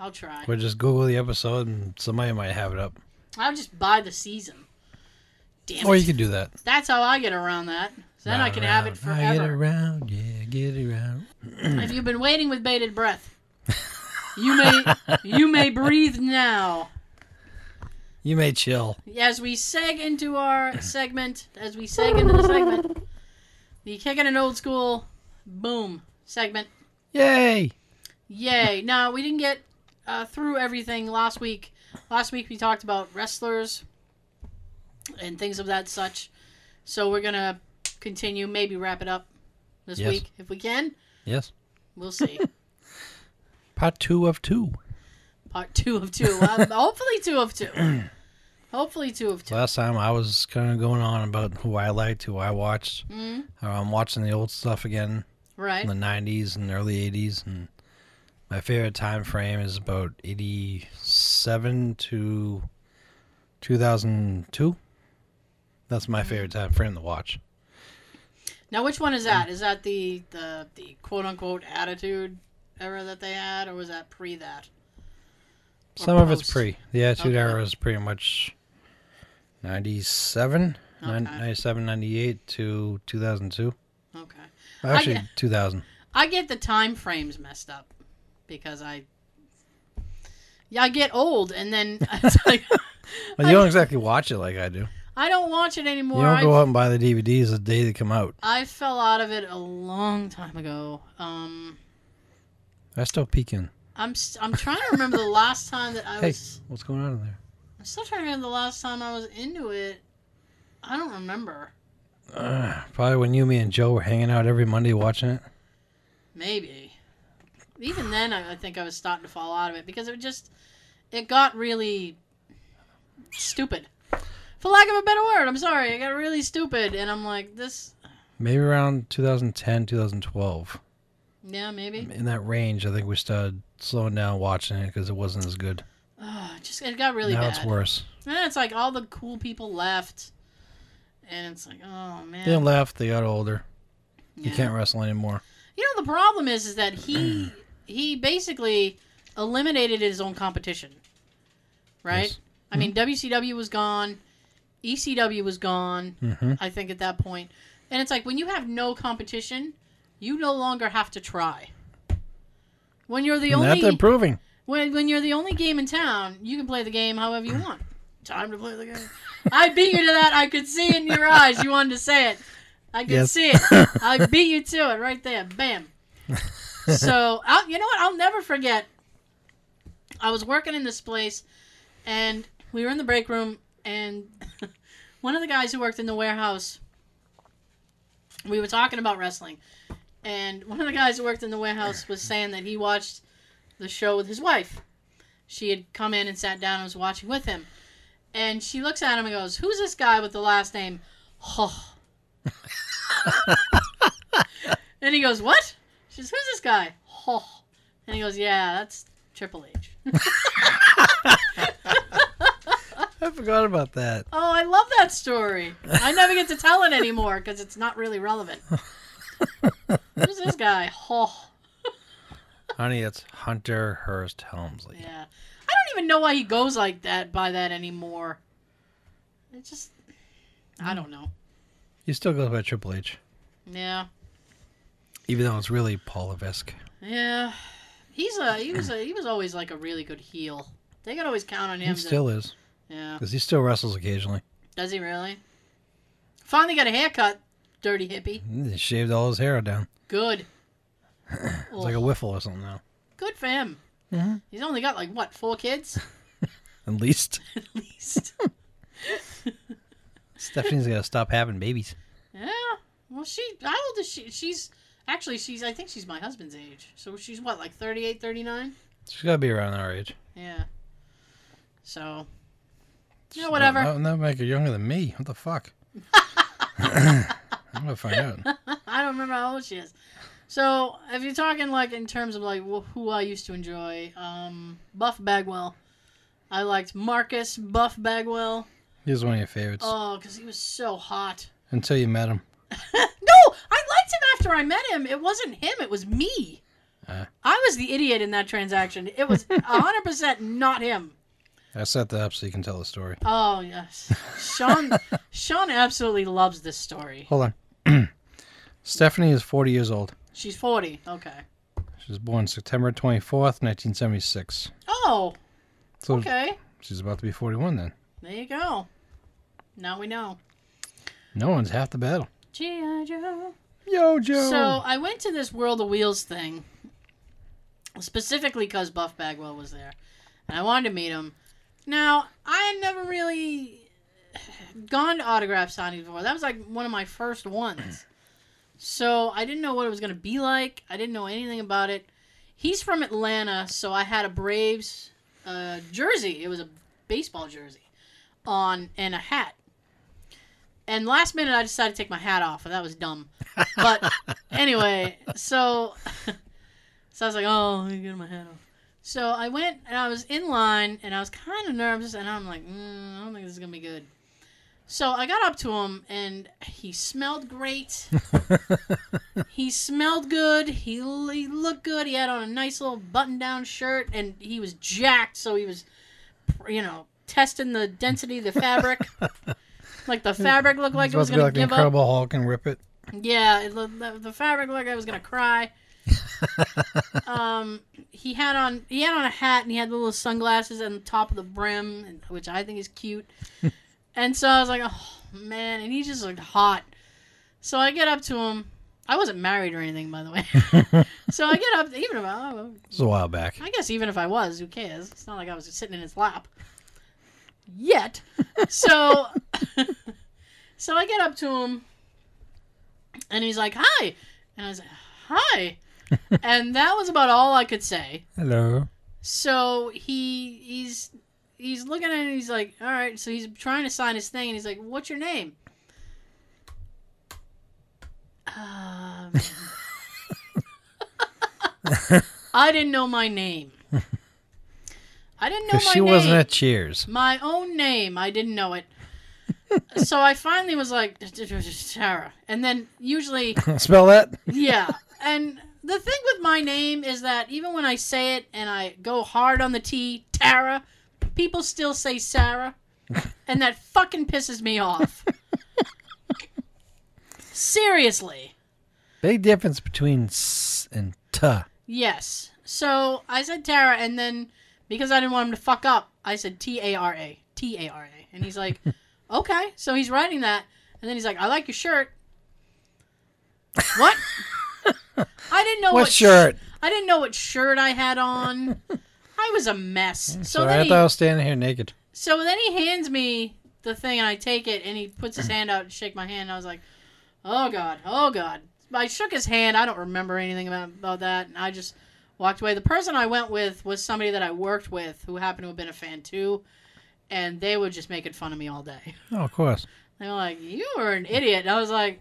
Speaker 2: I'll try.
Speaker 3: Or just Google the episode and somebody might have it up.
Speaker 2: I'll just buy the season. Damn
Speaker 3: Or
Speaker 2: it.
Speaker 3: you could do that.
Speaker 2: That's how I get around that. So then I can have it
Speaker 3: Round, round,
Speaker 2: forever.
Speaker 3: Get around, yeah, get around.
Speaker 2: If you've been waiting with bated breath, you may you may breathe now.
Speaker 3: You may chill.
Speaker 2: As we seg into our segment, as we seg into the segment, the kicking an old school boom segment.
Speaker 3: Yay!
Speaker 2: Yay! No, we didn't get uh, through everything last week. Last week we talked about wrestlers and things of that such. So we're gonna continue, maybe wrap it up this
Speaker 3: Yes.
Speaker 2: week if we can.
Speaker 3: Yes.
Speaker 2: We'll see.
Speaker 3: Part two of two.
Speaker 2: Part two of two. Um, hopefully two of two. Hopefully two of two.
Speaker 3: Last time I was kind of going on about who I liked, who I watched. Mm. I'm watching the old stuff again,
Speaker 2: Mm-hmm. Right.
Speaker 3: in the 90s and early 80s. And my favorite time frame is about 87 to 2002. That's my favorite time frame to watch.
Speaker 2: Now, which one is
Speaker 3: Um,
Speaker 2: that? Is that the the the quote unquote attitude era that they had, or was that pre that? Or
Speaker 3: Some of it's
Speaker 2: post?
Speaker 3: pre. The Attitude
Speaker 2: Okay.
Speaker 3: Era is pretty much 97, nin-
Speaker 2: Okay.
Speaker 3: 97, 98 to 2002.
Speaker 2: Okay.
Speaker 3: Actually,
Speaker 2: get-
Speaker 3: 2000.
Speaker 2: I get the time frames messed up because I. Yeah, I get old, and then it's like,
Speaker 3: But you don't exactly watch it like I do.
Speaker 2: I don't watch it anymore.
Speaker 3: you don't
Speaker 2: I
Speaker 3: go out and buy the DVDs the day they come out.
Speaker 2: I fell out of it a long time ago. Um,
Speaker 3: I still peek in.
Speaker 2: I'm s- I'm trying to remember the last time that I
Speaker 3: Hey.
Speaker 2: was.
Speaker 3: What's going on in there?
Speaker 2: I'm still trying to remember the last time I was into it. I don't remember.
Speaker 3: Uh, probably when you, me, and Joe were hanging out every Monday watching it.
Speaker 2: Maybe. Even then, I, I think I was starting to fall out of it because it just it got really stupid. For lack of a better word, I'm sorry. It got really stupid, and I'm like, this.
Speaker 3: Maybe around 2010, 2012.
Speaker 2: Yeah, maybe.
Speaker 3: In that range, I think we started slowing down watching it because it wasn't as good.
Speaker 2: Oh, just it got really
Speaker 3: now
Speaker 2: bad.
Speaker 3: it's worse.
Speaker 2: And it's like all the cool people left, and it's like, oh man.
Speaker 3: They left, they got older.
Speaker 2: Yeah.
Speaker 3: You can't wrestle anymore.
Speaker 2: You know the problem is is that he he basically eliminated his own competition. Right?
Speaker 3: Yes. Mm-hmm.
Speaker 2: I mean WCW was gone, ECW was gone,
Speaker 3: Mm-hmm.
Speaker 2: I think at that point. And it's like when you have no competition, you no longer have to try. When you're the
Speaker 3: And that's
Speaker 2: only
Speaker 3: improving.
Speaker 2: when, when you're the only game in town, you can play the game however you want. Time to play the game. I beat you to that. I could see it in your eyes. You wanted to say it. I could
Speaker 3: Yes.
Speaker 2: see it. I beat you to it right there. Bam. So I'll, you know what? I'll never forget. I was working in this place, and we were in the break room, and one of the guys who worked in the warehouse. We were talking about wrestling, and one of the guys who worked in the warehouse was saying that he watched the show with his wife. She had come in and sat down and was watching with him. And she looks at him and goes, Who's this guy with the last name? Huh. and he goes, What? She says, Who's this guy? Huh. And he goes, Yeah, that's Triple H.
Speaker 3: I forgot about that.
Speaker 2: Oh, I love that story. I never get to tell it anymore because it's not really relevant. Who's this guy? Huh.
Speaker 3: Honey, it's Hunter Hurst Helmsley.
Speaker 2: Yeah. I don't even know why he goes like that by that anymore. It just I don't know.
Speaker 3: He still goes by Triple H,
Speaker 2: Yeah.
Speaker 3: even though it's really Paul Levesque.
Speaker 2: Yeah. He's a he was a he was always like a really good heel. They could always count on him.
Speaker 3: He
Speaker 2: to-
Speaker 3: still is,
Speaker 2: Yeah.
Speaker 3: because he still wrestles occasionally.
Speaker 2: Does he really? Finally got a haircut, dirty hippie.
Speaker 3: He shaved all his hair down.
Speaker 2: Good.
Speaker 3: It's like a
Speaker 2: Ugh.
Speaker 3: wiffle or something now,
Speaker 2: Good for him.
Speaker 3: Mhm.
Speaker 2: He's only got like what, four kids?
Speaker 3: at least.
Speaker 2: At least.
Speaker 3: Stephanie's gonna stop having babies.
Speaker 2: Yeah. Well, she. How old is she? She's actually. She's. I think she's my husband's age. So she's what, like 38, 39?
Speaker 3: She's gotta be around our age.
Speaker 2: Yeah. So.
Speaker 3: She's
Speaker 2: Yeah.
Speaker 3: not-
Speaker 2: Whatever.
Speaker 3: That, that make her younger than me. What the fuck? I'm gonna find out.
Speaker 2: I don't remember how old she is. So if you're talking like in terms of like wh- who I used to enjoy, um, Buff Bagwell. I liked Marcus Buff Bagwell.
Speaker 3: He was one of your favorites
Speaker 2: Oh, because he was so hot.
Speaker 3: until you met him.
Speaker 2: no, I liked him after I met him. It wasn't him. It was me. I was the idiot in that transaction. It was 100% not him.
Speaker 3: I set that up so you can tell the story.
Speaker 2: Oh, yes. Sean Sean absolutely loves this story.
Speaker 3: Hold on. Stephanie is 40 years old.
Speaker 2: She's 40. Okay.
Speaker 3: She was born September 24th, 1976.
Speaker 2: Oh,
Speaker 3: So
Speaker 2: okay.
Speaker 3: she's about to be 41 then.
Speaker 2: There you go. Now we know.
Speaker 3: No one's half the battle.
Speaker 2: G.I. Joe.
Speaker 3: Yo, Joe.
Speaker 2: So I went to this World of Wheels thing specifically because Buff Bagwell was there, and I wanted to meet him. Now I had never really gone to autograph signings before. That was like one of my first ones, so I didn't know what it was gonna be like. I didn't know anything about it. He's from Atlanta, so I had a Braves uh, jersey. It was a baseball jersey on and a hat. And last minute, I decided to take my hat off, and that was dumb. But anyway, so so I was like, oh, I'm getting my hat off. So I went and I was in line and I was kind of nervous and I'm like, mm, I don't think this is gonna be good. So I got up to him and he smelled great. he smelled good. He, l- he looked good. He had on a nice little button-down shirt and he was jacked, so he was, you know, testing the density of the fabric. like the fabric looked like
Speaker 3: it's
Speaker 2: it
Speaker 3: about
Speaker 2: was
Speaker 3: to be
Speaker 2: gonna
Speaker 3: like the
Speaker 2: give up.
Speaker 3: Incredible Hulk and rip it.
Speaker 2: Yeah, it, looked- the, the fabric looked like I was gonna cry. um, he had on he had on a hat and he had the little sunglasses on the top of the brim, and- which I think is cute. and so I was like, oh man, and he just looked hot. So I get up to him. I wasn't married or anything, by the way. so I get up, even if I, oh,
Speaker 3: This is a while back.
Speaker 2: I guess even if I was, who cares? It's not like I was sitting in his lap. Yet. So So I get up to him and he's like, Hi and I was like, Hi and that was about all I could say.
Speaker 3: Hello.
Speaker 2: So he he's he's looking at it and he's like, All right, so he's trying to sign his thing and he's like, What's your name? Um, I didn't know my name. I didn't know my
Speaker 3: Because she
Speaker 2: name.
Speaker 3: wasn't at Cheers.
Speaker 2: My own name. I didn't know it. so I finally was like, Tara. And then usually,
Speaker 3: Spell that?
Speaker 2: yeah. And the thing with my name is that even when I say it and I go hard on the T, Tara, people still say Sarah. And that fucking pisses me off. Seriously.
Speaker 3: Big difference between s and
Speaker 2: Oh,
Speaker 3: t.
Speaker 2: Yes. So I said Tara, and then because I didn't want him to fuck up, I said T A R A. T A R A. And he's like, okay. So he's writing that, and then he's like, I like your shirt. What? I didn't know
Speaker 3: What
Speaker 2: what,
Speaker 3: shirt?
Speaker 2: I didn't know what shirt I had on. I was a mess. So
Speaker 3: Sorry, I
Speaker 2: then
Speaker 3: thought I
Speaker 2: he,
Speaker 3: was standing here naked.
Speaker 2: so then he hands me the thing, and I take it, and he puts his hand out to shake my hand. And I was like, oh god, oh god. I shook his hand. I don't remember anything about about that. And I just walked away. The person I went with was somebody that I worked with who happened to have been a fan too, and they were just making fun of me all day.
Speaker 3: Oh, of course.
Speaker 2: They were like, "You were an idiot." And I was like,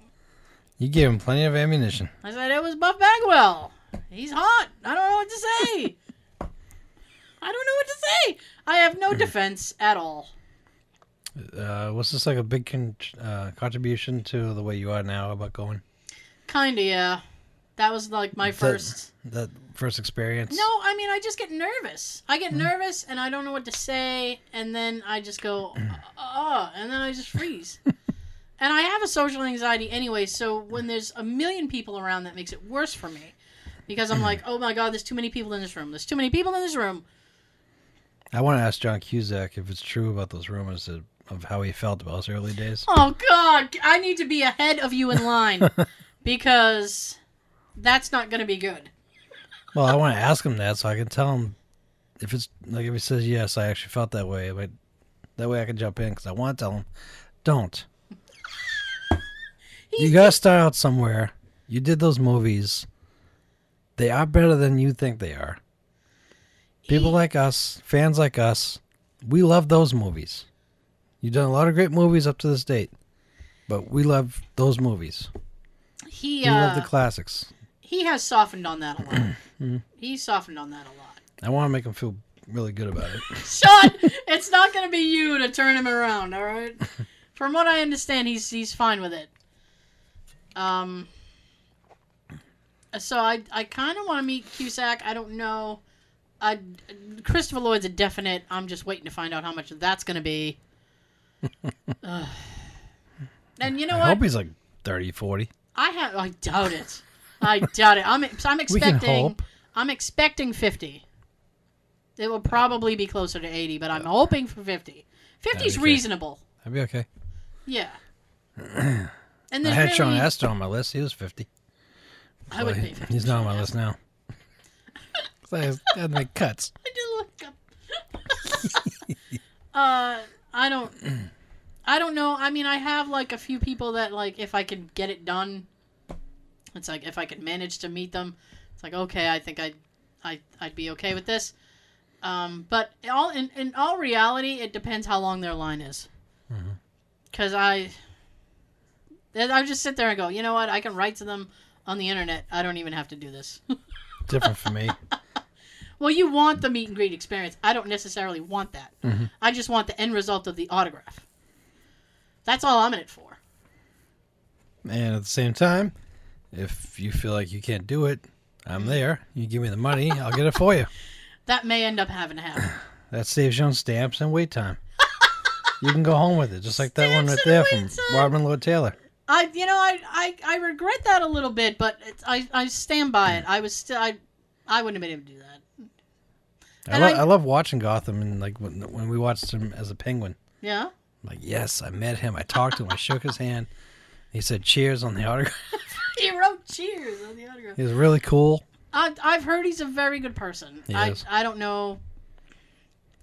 Speaker 3: You gave him plenty of ammunition.
Speaker 2: "I said it was Buff Bagwell. He's hot. I don't know what to say. I don't know what to say. I have no defense at all."
Speaker 3: Uh, was this like a big con- uh, contribution to the way you are now about going?
Speaker 2: Kinda, yeah. That was like my first.
Speaker 3: That first experience?
Speaker 2: No, I mean I just get nervous. I get nervous and I don't know what to say, and then I just go, uh, and then I just freeze. and I have a social anxiety anyway, so when there's a million people around, that makes it worse for me, because I'm like, oh my god, there's too many people in this room. There's too many people in this room.
Speaker 3: I want to ask John Cusack if it's true about those rumors of, of how he felt about his early days.
Speaker 2: Oh god, I need to be ahead of you in line, because that's not gonna be good.
Speaker 3: Well, I want to ask him that so I can tell him if it's like if he says yes, I actually felt that way. But that way I can jump in because I want to tell him, don't. you gotta start out somewhere. You did those movies. They are better than you think they are. People like us, fans like us, we love those movies. You've done a lot of great movies up to this date, but we love those movies.
Speaker 2: He
Speaker 3: We love
Speaker 2: uh,
Speaker 3: the Mm-hmm. classics.
Speaker 2: he has softened on that a lot. he softened on that a lot.
Speaker 3: I want to make them feel really good about it.
Speaker 2: Sean, it's not gonna be you to turn him around, all right? From what I understand, he's he's fine with it. Um, so I I kind of want to meet Cusack. I don't know. I Christopher Lloyd's a definite. I'm just waiting to find out how much that's going to be. Ugh. and you know
Speaker 3: I
Speaker 2: what?
Speaker 3: hope he's like 30, 40.
Speaker 2: I have. I doubt it. I doubt it. I'm. I'm expecting.
Speaker 3: hope.
Speaker 2: I'm expecting 50. It will probably be closer to 80, but I'm hoping for 50. 50 is
Speaker 3: Uh, fair.
Speaker 2: reasonable.
Speaker 3: That'd be okay.
Speaker 2: Yeah. And
Speaker 3: I
Speaker 2: there's
Speaker 3: had
Speaker 2: really,
Speaker 3: Sean Astor on my list. He was 50.
Speaker 2: I would
Speaker 3: Well,
Speaker 2: be
Speaker 3: he-
Speaker 2: 50.
Speaker 3: he's not on my list now. so I had to make cuts.
Speaker 2: I did look up. uh, I don't. I don't know. I mean, I have like a few people that like if I could get it done. It's like if I could manage to meet them, it's like okay, I think I, I I'd be okay with this. Um, but all in in all reality, it depends how long their line is. Because I, then I just sit there and go, you know what? I can write to them on the internet. I don't even have to do this.
Speaker 3: Different for me.
Speaker 2: Well, you want the meet and greet experience. I don't necessarily want that. I just want the end result of the autograph. That's all I'm in it for.
Speaker 3: And at the same time, if you feel like you can't do it, I'm there. You give me the money, I'll get it for you.
Speaker 2: That may end up having to happen.
Speaker 3: That saves you on stamps and wait time. You can go home with it, just like that one right
Speaker 2: Stamps and
Speaker 3: there from
Speaker 2: wait time.
Speaker 3: Robin Lord Taylor.
Speaker 2: I, you know, I, I, I regret that a little bit, but it's, I, I stand by it. I was still, I, I wouldn't have been able to do that.
Speaker 3: I,
Speaker 2: And
Speaker 3: lo-
Speaker 2: I-
Speaker 3: I love watching Gotham and like when, when we watched him as a penguin.
Speaker 2: Yeah.
Speaker 3: I'm like, yes, I met him. I talked to him. I shook his hand. He said cheers on the autograph.
Speaker 2: He wrote cheers on the autograph.
Speaker 3: He was really cool.
Speaker 2: I, I've heard he's a very good person.
Speaker 3: He
Speaker 2: I,
Speaker 3: is.
Speaker 2: I don't know.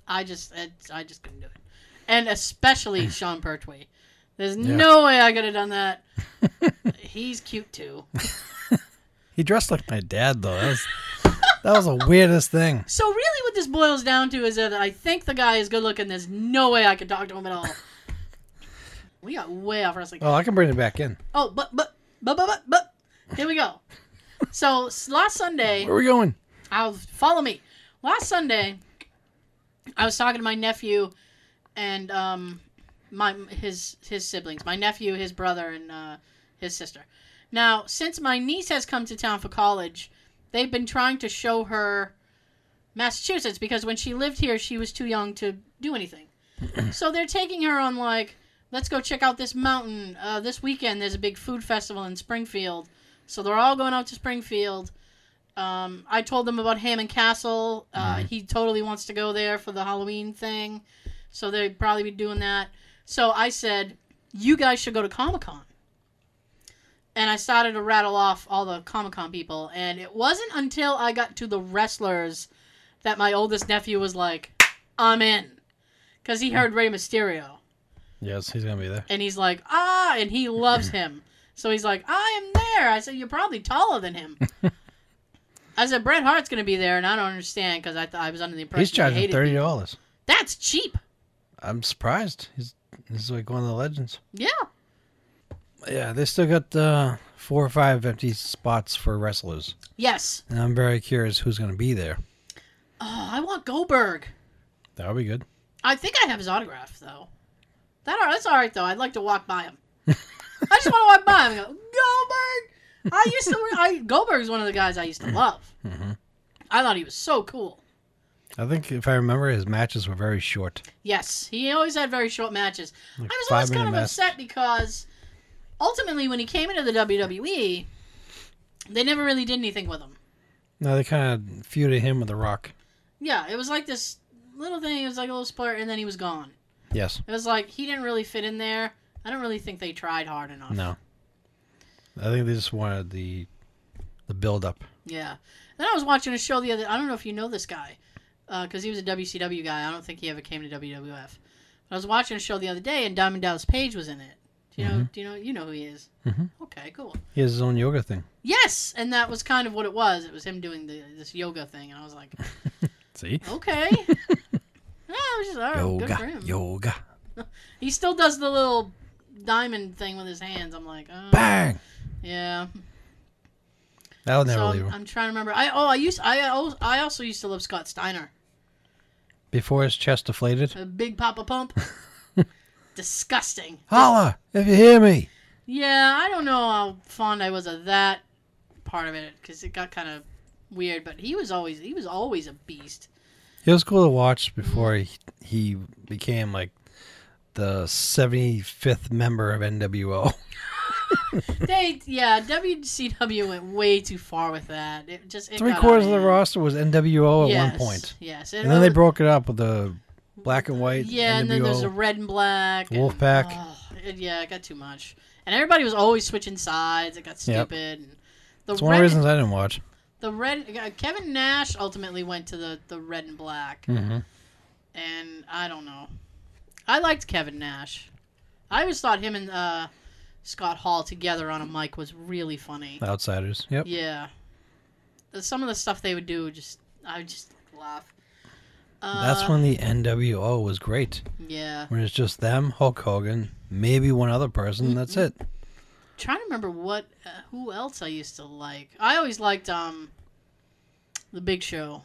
Speaker 2: I just, I, I just couldn't do it. And especially Sean Pertwee. There's
Speaker 3: Yeah.
Speaker 2: no way I could have done that. he's cute too.
Speaker 3: He dressed like my dad though. That was, that was the weirdest thing.
Speaker 2: So really, what this boils down to is that I think the guy is good looking. There's no way I could talk to him at all. we got way off wrestling.
Speaker 3: Oh, I can bring it back in.
Speaker 2: Oh, but but but but but but here we go. So s- last Sunday,
Speaker 3: Where are we going?
Speaker 2: I'll follow me. Last Sunday, I was talking to my nephew and um, my his his siblings, my nephew, his brother, and uh, his sister. Now, since my niece has come to town for college, they've been trying to show her Massachusetts because when she lived here, she was too young to do anything. so they're taking her on like, let's go check out this mountain. Uh, this weekend, there's a big food festival in Springfield, so they're all going out to Springfield. Um, I told them about Hammond Castle. Uh, He totally wants to go there for the Halloween thing, so they'd probably be doing that. So I said, you guys should go to Comic Con. And I started to rattle off all the Comic Con people, and it wasn't until I got to the wrestlers that my oldest nephew was like, "I'm in," because he heard Rey Mysterio,
Speaker 3: Yes, he's gonna be there.
Speaker 2: and he's like, "Ah," and he loves him. So he's like, "I am there." I said, "You're probably taller than him." I said, "Bret Hart's going to be there," and I don't understand because I thought I was under the impression
Speaker 3: He's
Speaker 2: he
Speaker 3: charging
Speaker 2: hated
Speaker 3: thirty
Speaker 2: me.
Speaker 3: dollars.
Speaker 2: That's cheap.
Speaker 3: I'm surprised. He's he's like one of the legends.
Speaker 2: Yeah.
Speaker 3: Yeah, they still got uh, four or five empty spots for wrestlers,
Speaker 2: Yes.
Speaker 3: and I'm very curious who's gonna be there.
Speaker 2: Oh, I want Goldberg.
Speaker 3: That'll be good.
Speaker 2: I think I have his autograph though. That all- that's all right though. I'd like to walk by him. I just want to walk by him. And go, Goldberg. I used to. I, Goldberg's one of the guys I used to love. I thought he was so cool.
Speaker 3: Mm-hmm. I think if I remember, his matches were very short.
Speaker 2: Yes, he always had very short matches.
Speaker 3: Like
Speaker 2: I was always
Speaker 3: five-minute
Speaker 2: kind of
Speaker 3: match.
Speaker 2: upset because ultimately, when he came into the WWE, they never really did anything with him.
Speaker 3: No, they kind of feuded him with The Rock.
Speaker 2: Yeah, it was like this little thing. It was like a little splur, and then he was gone.
Speaker 3: Yes.
Speaker 2: It was like he didn't really fit in there. I don't really think they tried hard enough.
Speaker 3: No. I think they just wanted the the build up.
Speaker 2: Yeah. Then I was watching a show the other. I don't know if you know this guy, because he was a WCW guy. I don't think he ever came to WWF. But I was watching a show the other day, and Diamond Dallas Page was in it. Do you
Speaker 3: Mm-hmm.
Speaker 2: know? Do you know? You know who he is?
Speaker 3: Mhm.
Speaker 2: Okay, cool.
Speaker 3: He has his own yoga thing.
Speaker 2: Yes, and that was kind of what it was. It was him doing the, this yoga thing, and I was like,
Speaker 3: See?
Speaker 2: okay. No, I was just, all right, Oh, good for
Speaker 3: Yoga.
Speaker 2: him. Uh-huh.
Speaker 3: Yoga.
Speaker 2: He still does the little diamond thing with his hands. I'm like, uh,
Speaker 3: Bang!
Speaker 2: yeah.
Speaker 3: That'll never
Speaker 2: so
Speaker 3: leave
Speaker 2: I'm,
Speaker 3: him.
Speaker 2: I'm trying to remember. I oh, I used I al- I also used to love Scott Steiner.
Speaker 3: Before his chest deflated.
Speaker 2: A big Papa Pump. Disgusting.
Speaker 3: Holla! If you hear me!
Speaker 2: Yeah, I don't know how fond I was of that part of it because it got kind of weird. But he was always he was always a beast.
Speaker 3: It was cool to watch before he, he became like the 75th member of NWO.
Speaker 2: They yeah, WCW went way too far with that. It just it
Speaker 3: Three
Speaker 2: got out
Speaker 3: quarters of the
Speaker 2: hand.
Speaker 3: roster was NWO at
Speaker 2: Yes,
Speaker 3: one point.
Speaker 2: Yes,
Speaker 3: And then they
Speaker 2: was-
Speaker 3: broke it up with the black and white.
Speaker 2: Yeah,
Speaker 3: NWO.
Speaker 2: and then there's a red and black. and-
Speaker 3: Wolfpack.
Speaker 2: oh, it- yeah, it got too much. And everybody was always switching sides. It got
Speaker 3: Yep.
Speaker 2: stupid. And the
Speaker 3: It's
Speaker 2: red,
Speaker 3: one of the reasons I didn't watch.
Speaker 2: the red. uh, Kevin Nash ultimately went to the the red and black,
Speaker 3: Mm-hmm.
Speaker 2: and I don't know. I liked Kevin Nash. I always thought him and uh, Scott Hall together on a mic was really funny.
Speaker 3: Outsiders. Yep.
Speaker 2: Yeah, The- some of the stuff they would do just I would just laugh. Uh,
Speaker 3: That's when the NWO was great.
Speaker 2: Yeah.
Speaker 3: When it's just them, Hulk Hogan, maybe one other person.
Speaker 2: Mm-hmm.
Speaker 3: and That's it.
Speaker 2: trying to remember what uh, who else I used to like. I always liked um the Big Show.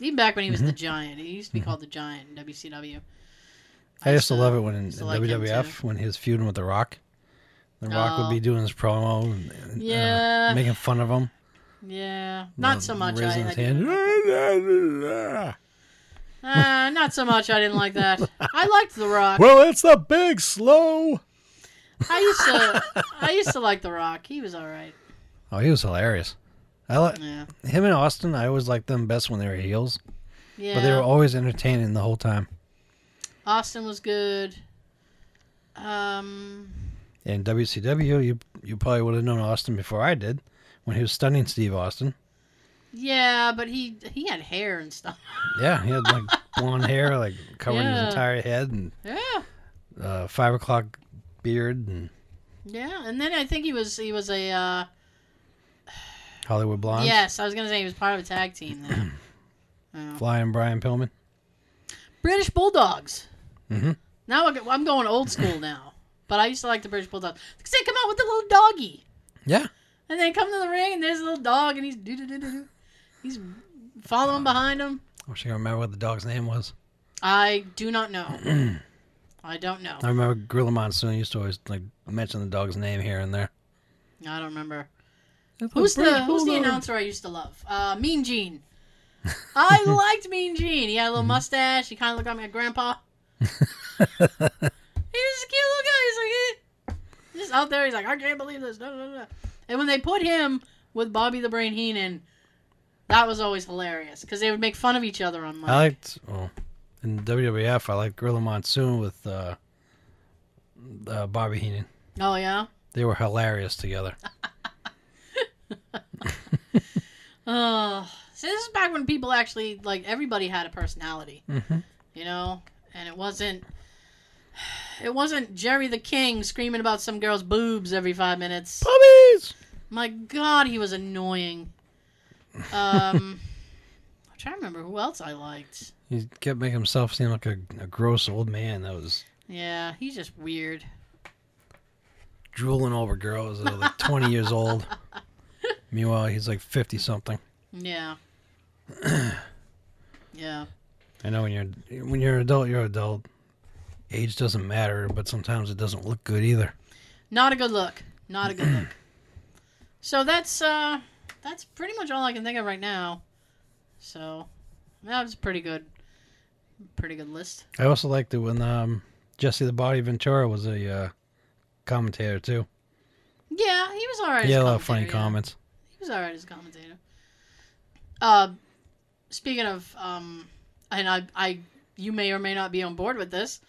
Speaker 2: Even back when he was
Speaker 3: Mm-hmm.
Speaker 2: the Giant, he used to be called the Giant in WCW.
Speaker 3: I used to love it when in,
Speaker 2: used to like him
Speaker 3: WWF when he was feuding with The Rock. The Rock
Speaker 2: Oh.
Speaker 3: would be doing his promo, and, and, uh,
Speaker 2: Yeah.
Speaker 3: making fun of him, uh,
Speaker 2: Yeah, not so much. I,
Speaker 3: raising
Speaker 2: I
Speaker 3: his
Speaker 2: didn't-
Speaker 3: hand.
Speaker 2: Uh, not so much. I didn't like that. I liked The Rock.
Speaker 3: Well, it's the big slow.
Speaker 2: I used to. I used to like The Rock. He was all right.
Speaker 3: Oh, he was hilarious. I like
Speaker 2: Yeah.
Speaker 3: him and Austin. I always liked them best when they were heels,
Speaker 2: Yeah.
Speaker 3: but they were always entertaining the whole time.
Speaker 2: Austin was good. Um.
Speaker 3: In WCW, you you probably would have known Austin before I did, when he was stunning Steve Austin.
Speaker 2: Yeah, but he he had hair and stuff.
Speaker 3: Yeah, he had like blonde hair, like covering
Speaker 2: Yeah.
Speaker 3: his entire head, and
Speaker 2: Yeah.
Speaker 3: uh, five o'clock beard, and
Speaker 2: Yeah, and then I think he was he was a uh,
Speaker 3: Hollywood blonde.
Speaker 2: yes. I was gonna say he was part of a tag team then. Oh.
Speaker 3: Flying Brian Pillman.
Speaker 2: British Bulldogs.
Speaker 3: Mhm.
Speaker 2: Now I go- I'm going old school now, but I used to like the British Bulldogs because they come out with the little doggy,
Speaker 3: Yeah,
Speaker 2: and they come to the ring and there's a little dog and he's doo doo doo doo doo. He's following behind him.
Speaker 3: I wish I could remember what the dog's name was.
Speaker 2: I do not know. I don't know.
Speaker 3: I remember Gorilla Monsoon used to always like mention the dog's name here and there.
Speaker 2: I don't remember. Who's the Who's the announcer I used to love? Uh, Mean Gene. I liked Mean Gene. He had a little mustache. He kind of looked like my grandpa. he was a cute little guy. He's like, eh. just out there. He's like, I can't believe this. Da, da, da, da. And when they put him with Bobby the Brain Heenan, that was always hilarious because they would make fun of each other on mic.
Speaker 3: I liked oh, in WWF. I liked Gorilla Monsoon with uh, uh, Bobby Heenan.
Speaker 2: oh yeah.
Speaker 3: They were hilarious together.
Speaker 2: Oh, see, this is back when people actually like everybody had a personality.
Speaker 3: Mhm.
Speaker 2: You know, and it wasn't. It wasn't Jerry the King screaming about some girl's boobs every five minutes.
Speaker 3: Bobbies.
Speaker 2: My God, he was annoying. Um, I'm trying to remember who else I liked.
Speaker 3: He kept making himself seem like a, a gross old man that was
Speaker 2: Yeah, he's just weird.
Speaker 3: drooling over girls that are like 20 years old. Meanwhile, he's like 50 something.
Speaker 2: Yeah. yeah.
Speaker 3: I know when you're when you're an adult, you're an adult. Age doesn't matter, but sometimes it doesn't look good either.
Speaker 2: Not a good look. Not a good look. So that's uh that's pretty much all I can think of right now. So that was pretty good. Pretty good list.
Speaker 3: I also liked it when um, Jesse the Body Ventura was a uh, commentator too.
Speaker 2: Yeah, he was alright.
Speaker 3: He
Speaker 2: as
Speaker 3: had a lot of funny
Speaker 2: commentator, yeah.
Speaker 3: comments.
Speaker 2: He was alright as a commentator. Uh, speaking of, um, and I, I, you may or may not be on board with this.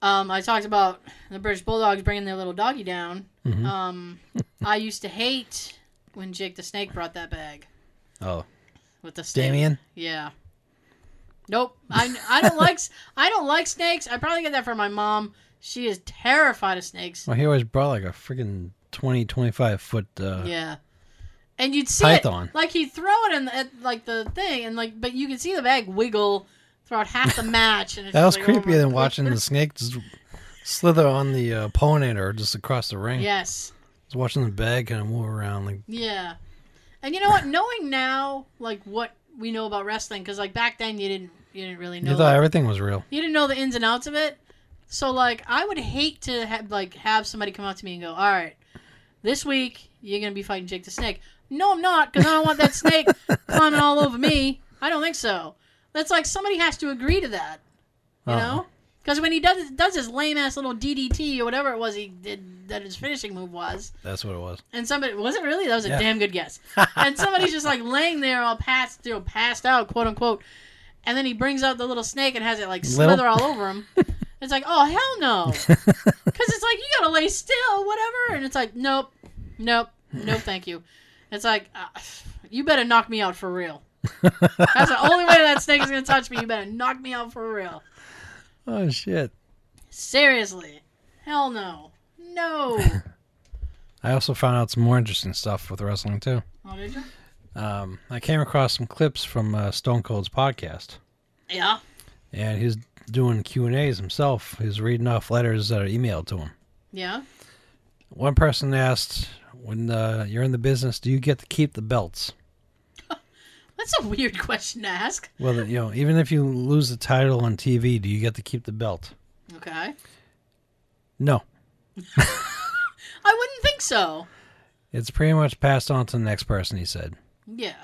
Speaker 2: Um, I talked about the British Bulldogs bringing their little doggy down.
Speaker 3: Mhm.
Speaker 2: Um, I used to hate when Jake the Snake brought that bag
Speaker 3: Oh,
Speaker 2: with the snake.
Speaker 3: Damien.
Speaker 2: Yeah. Nope. I, I don't like s- I don't like snakes. I probably get that from my mom. She is terrified of snakes.
Speaker 3: Well, he always brought like a freaking 20, 25 foot. Uh,
Speaker 2: Yeah. And you'd see
Speaker 3: Python.
Speaker 2: it like he'd throw it in the, at like the thing and like but you could see the bag wiggle throughout half the match and it's
Speaker 3: That was
Speaker 2: just like, oh
Speaker 3: creepier
Speaker 2: my
Speaker 3: than
Speaker 2: God.
Speaker 3: watching the snake just slither on the uh, opponent or just across the ring.
Speaker 2: Yes.
Speaker 3: Just watching the bag kind of move around. Like,
Speaker 2: Yeah. And you know what? Knowing now like what we know about wrestling cuz like back then you didn't you didn't really know
Speaker 3: you thought everything was real.
Speaker 2: you didn't know the ins and outs of it. So like I would hate to have like have somebody come up to me and go, "All right, this week you're gonna be fighting Jake the Snake. No, I'm not, because I don't want that snake climbing all over me. I don't think so. That's like somebody has to agree to that, you
Speaker 3: Uh-uh.
Speaker 2: know? Because when he does does his lame ass little DDT or whatever it was he did that his finishing move was,
Speaker 3: That's what it was.
Speaker 2: and somebody was it really? That was a
Speaker 3: Yeah.
Speaker 2: damn good guess. and somebody's just like laying there all passed you know, passed out, quote unquote. And then he brings out the little snake and has it like
Speaker 3: Little?
Speaker 2: slither all over him. it's like, oh hell no, because it's like you gotta lay still, whatever. And it's like, nope, nope, no, thank you. It's like, uh, you better knock me out for real. That's the only way that snake is gonna touch me. You better knock me out for real.
Speaker 3: oh shit!
Speaker 2: Seriously, hell no, no.
Speaker 3: I also found out some more interesting stuff with wrestling too.
Speaker 2: Oh, did you?
Speaker 3: Um, I came across some clips from uh, Stone Cold's podcast,
Speaker 2: Yeah.
Speaker 3: and he's doing Q and A's himself. He's reading off letters that are emailed to him.
Speaker 2: Yeah.
Speaker 3: One person asked, "When uh, you're in the business, do you get to keep the belts?
Speaker 2: That's a weird question to ask.
Speaker 3: Well, you know, even if you lose the title on TV, do you get to keep the belt?
Speaker 2: Okay.
Speaker 3: No,
Speaker 2: I wouldn't think so.
Speaker 3: it's pretty much passed on to the next person." He said.
Speaker 2: Yeah.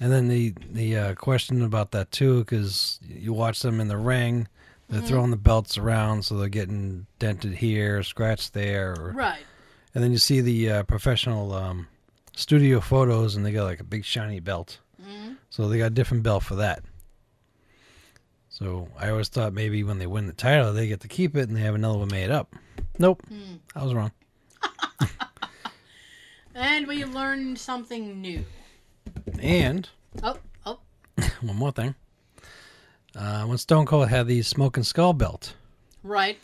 Speaker 3: And then the the uh, question about that too, because you watch them in the ring, they're throwing the belts around, so they're getting dented here, scratched there, or,
Speaker 2: Right.
Speaker 3: and then you see the uh, professional um, studio photos, and they got like a big shiny belt. So they got a different belt for that. So I always thought maybe when they win the title, they get to keep it, and they have another one made up. Nope, I was wrong.
Speaker 2: And we learned something new.
Speaker 3: And
Speaker 2: Oh, oh,
Speaker 3: one more thing, uh, when Stone Cold had the Smoking Skull belt.
Speaker 2: right.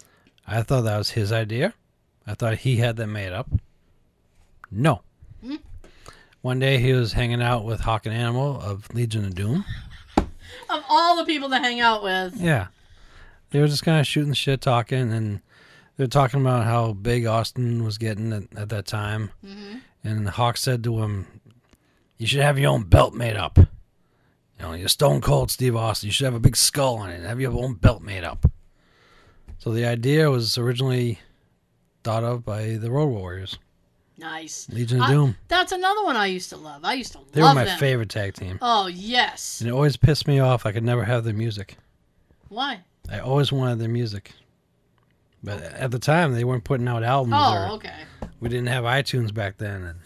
Speaker 3: I thought that was his idea. I thought he had that made up. No. One day he was hanging out with Hawk and Animal of Legion of Doom.
Speaker 2: Of all the people to hang out with.
Speaker 3: Yeah. They were just kind of shooting the shit, talking, and they're talking about how big Austin was getting at, at that time.
Speaker 2: Mm-hmm.
Speaker 3: And Hawk said to him, You should have your own belt made up. You know, you're stone cold Steve Austin. You should have a big skull on it and have your own belt made up. So the idea was originally thought of by the Road Warriors,
Speaker 2: Nice.
Speaker 3: Legion of
Speaker 2: I-
Speaker 3: Doom.
Speaker 2: That's another one I used to love. I used to
Speaker 3: They
Speaker 2: love
Speaker 3: were my
Speaker 2: them.
Speaker 3: favorite tag team.
Speaker 2: Oh, yes.
Speaker 3: And it always pissed me off. I could never have their music.
Speaker 2: Why?
Speaker 3: I always wanted their music. But at the time, they weren't putting out albums.
Speaker 2: Oh,
Speaker 3: or
Speaker 2: okay.
Speaker 3: We didn't have iTunes back then. And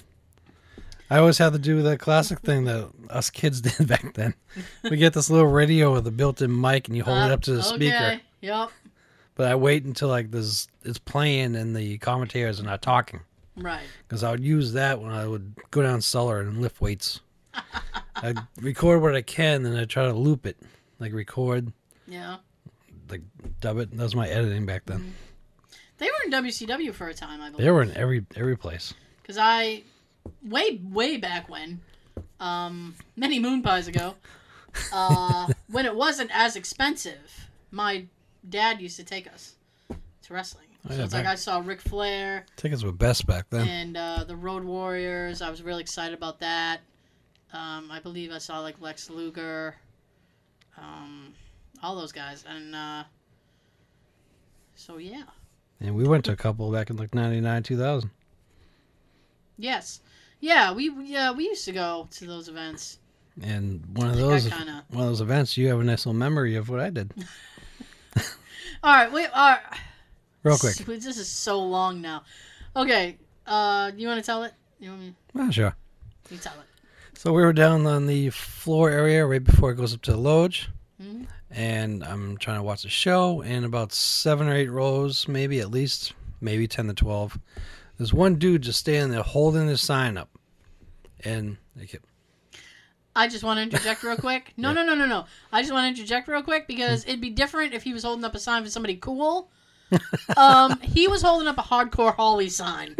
Speaker 3: I always had to do the classic thing that us kids did back then. We get this little radio with a built in mic and you hold it
Speaker 2: Uh,
Speaker 3: up to the speaker.
Speaker 2: Okay. Yep.
Speaker 3: But I wait until like this it's playing and the commentators are not talking.
Speaker 2: Right.
Speaker 3: Because I would use that when I would go down cellar and lift weights. I'd record what I can and I try to loop it. Like record,
Speaker 2: Yeah.
Speaker 3: like dub it. That was my editing back then.
Speaker 2: They were in WCW for a time, I
Speaker 3: They
Speaker 2: believe.
Speaker 3: were in every every place.
Speaker 2: Because I, way, way back when, um, many moon pies ago, uh, when it wasn't as expensive, my dad used to take us to wrestling. So
Speaker 3: Oh, yeah,
Speaker 2: it's like
Speaker 3: back-
Speaker 2: I saw Ric Flair
Speaker 3: Tickets were best back then.
Speaker 2: and uh, the Road Warriors. I was really excited about that. Um, I believe I saw like Lex Luger, um, all those guys, and uh, so yeah,
Speaker 3: And we went to a couple back in like 99, 2000.
Speaker 2: yes, yeah, we yeah we used to go to those events.
Speaker 3: And one of
Speaker 2: think I
Speaker 3: those
Speaker 2: kinda-
Speaker 3: one of those events, you have a nice little memory of what I did.
Speaker 2: All right, we are.
Speaker 3: Real quick.
Speaker 2: This is so long now. Okay, uh, you want to tell it? You want me?
Speaker 3: Ah, sure.
Speaker 2: You tell it.
Speaker 3: So we were down on the floor area right before it goes up to the lodge.
Speaker 2: Mhm.
Speaker 3: And I'm trying to watch the show. And about seven or eight rows, maybe at least, maybe 10 to 12, there's one dude just standing there holding his sign up. And they kept,
Speaker 2: I just want to interject real quick. No, no, no, no, no. I just want to interject real quick because it'd be different if he was holding up a sign for somebody cool. um, he was holding up a hardcore Holly sign.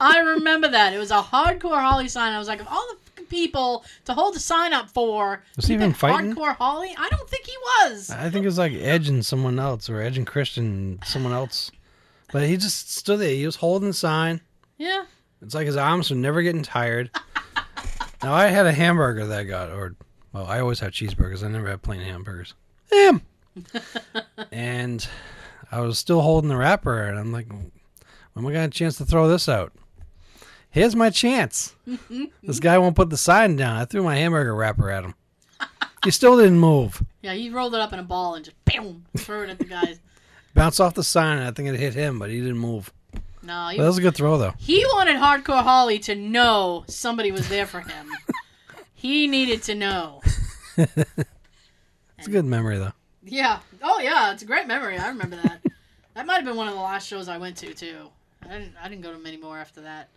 Speaker 2: I remember that. It was a hardcore Holly sign. I was like, of all the fucking people to hold a sign up for,
Speaker 3: Was he
Speaker 2: you
Speaker 3: even
Speaker 2: pick
Speaker 3: fighting? Uh.
Speaker 2: Hardcore Holly? I don't think he was.
Speaker 3: I think it was like Edge and someone else, or Edge and Christian and someone else. But he just stood there. He was holding the sign.
Speaker 2: yeah.
Speaker 3: It's like his arms were never getting tired. now I had a hamburger that I got, or well, I always had cheeseburgers. I never had plain hamburgers. Damn. and I was still holding the wrapper, and I'm like, when am I gonna have a chance to throw this out? Here's my chance. this guy won't put the sign down. I threw my hamburger wrapper at him. You still didn't move.
Speaker 2: Yeah, he rolled it up in a ball and just boom, threw it at the guy.
Speaker 3: Bounced off the sign, and I think it hit him, but he didn't move.
Speaker 2: No, he,
Speaker 3: But that was a good throw, though.
Speaker 2: he wanted Hardcore Holly to know somebody was there for him. he needed to know.
Speaker 3: It's a good memory, though.
Speaker 2: Yeah. Oh yeah, it's a great memory. I remember that. that might have been one of the last shows I went to too. I didn't I didn't go to many more after that.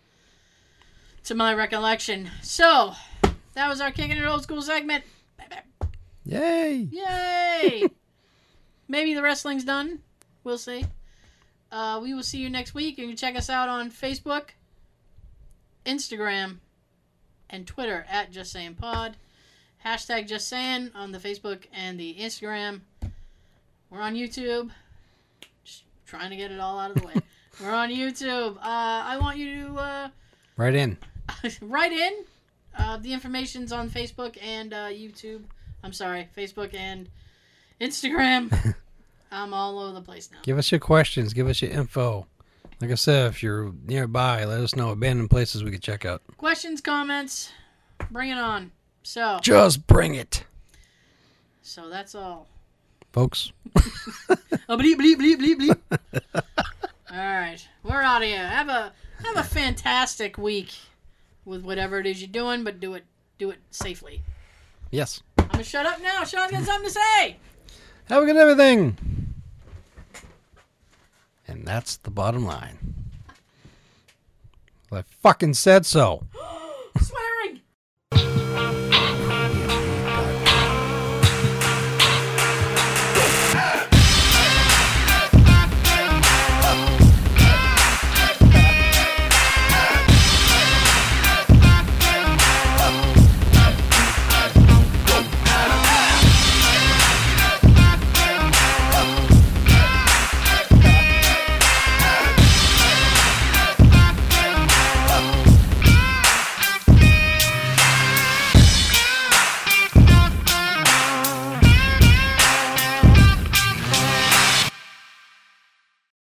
Speaker 2: To my recollection. So that was our kicking it old school segment.
Speaker 3: Yay!
Speaker 2: Yay! Maybe the wrestling's done. We'll see. Uh, we will see you next week. You can check us out on Facebook, Instagram, and Twitter at Just Saying Pod. Hashtag Just Saying on the Facebook and the Instagram. We're on YouTube. Just trying to get it all out of the way. We're on YouTube. Uh, I want you to. Uh,
Speaker 3: Right in.
Speaker 2: right in. Uh, the information's on Facebook and uh, YouTube. I'm sorry, Facebook and Instagram. I'm all over the place now.
Speaker 3: Give us your questions. Give us your info. Like I said, if you're nearby, let us know abandoned places we could check out.
Speaker 2: Questions, comments, bring it on. So,
Speaker 3: Just bring it,
Speaker 2: so that's all.
Speaker 3: folks.
Speaker 2: Oh, bleep, bleep, bleep, bleep, bleep. all right, we're out of here. Have a have a fantastic week with whatever it is you're doing, but do it do it safely.
Speaker 3: Yes.
Speaker 2: I'm gonna shut up now. Sean's got something to say.
Speaker 3: Have a good everything. And that's the bottom line. I fucking said so.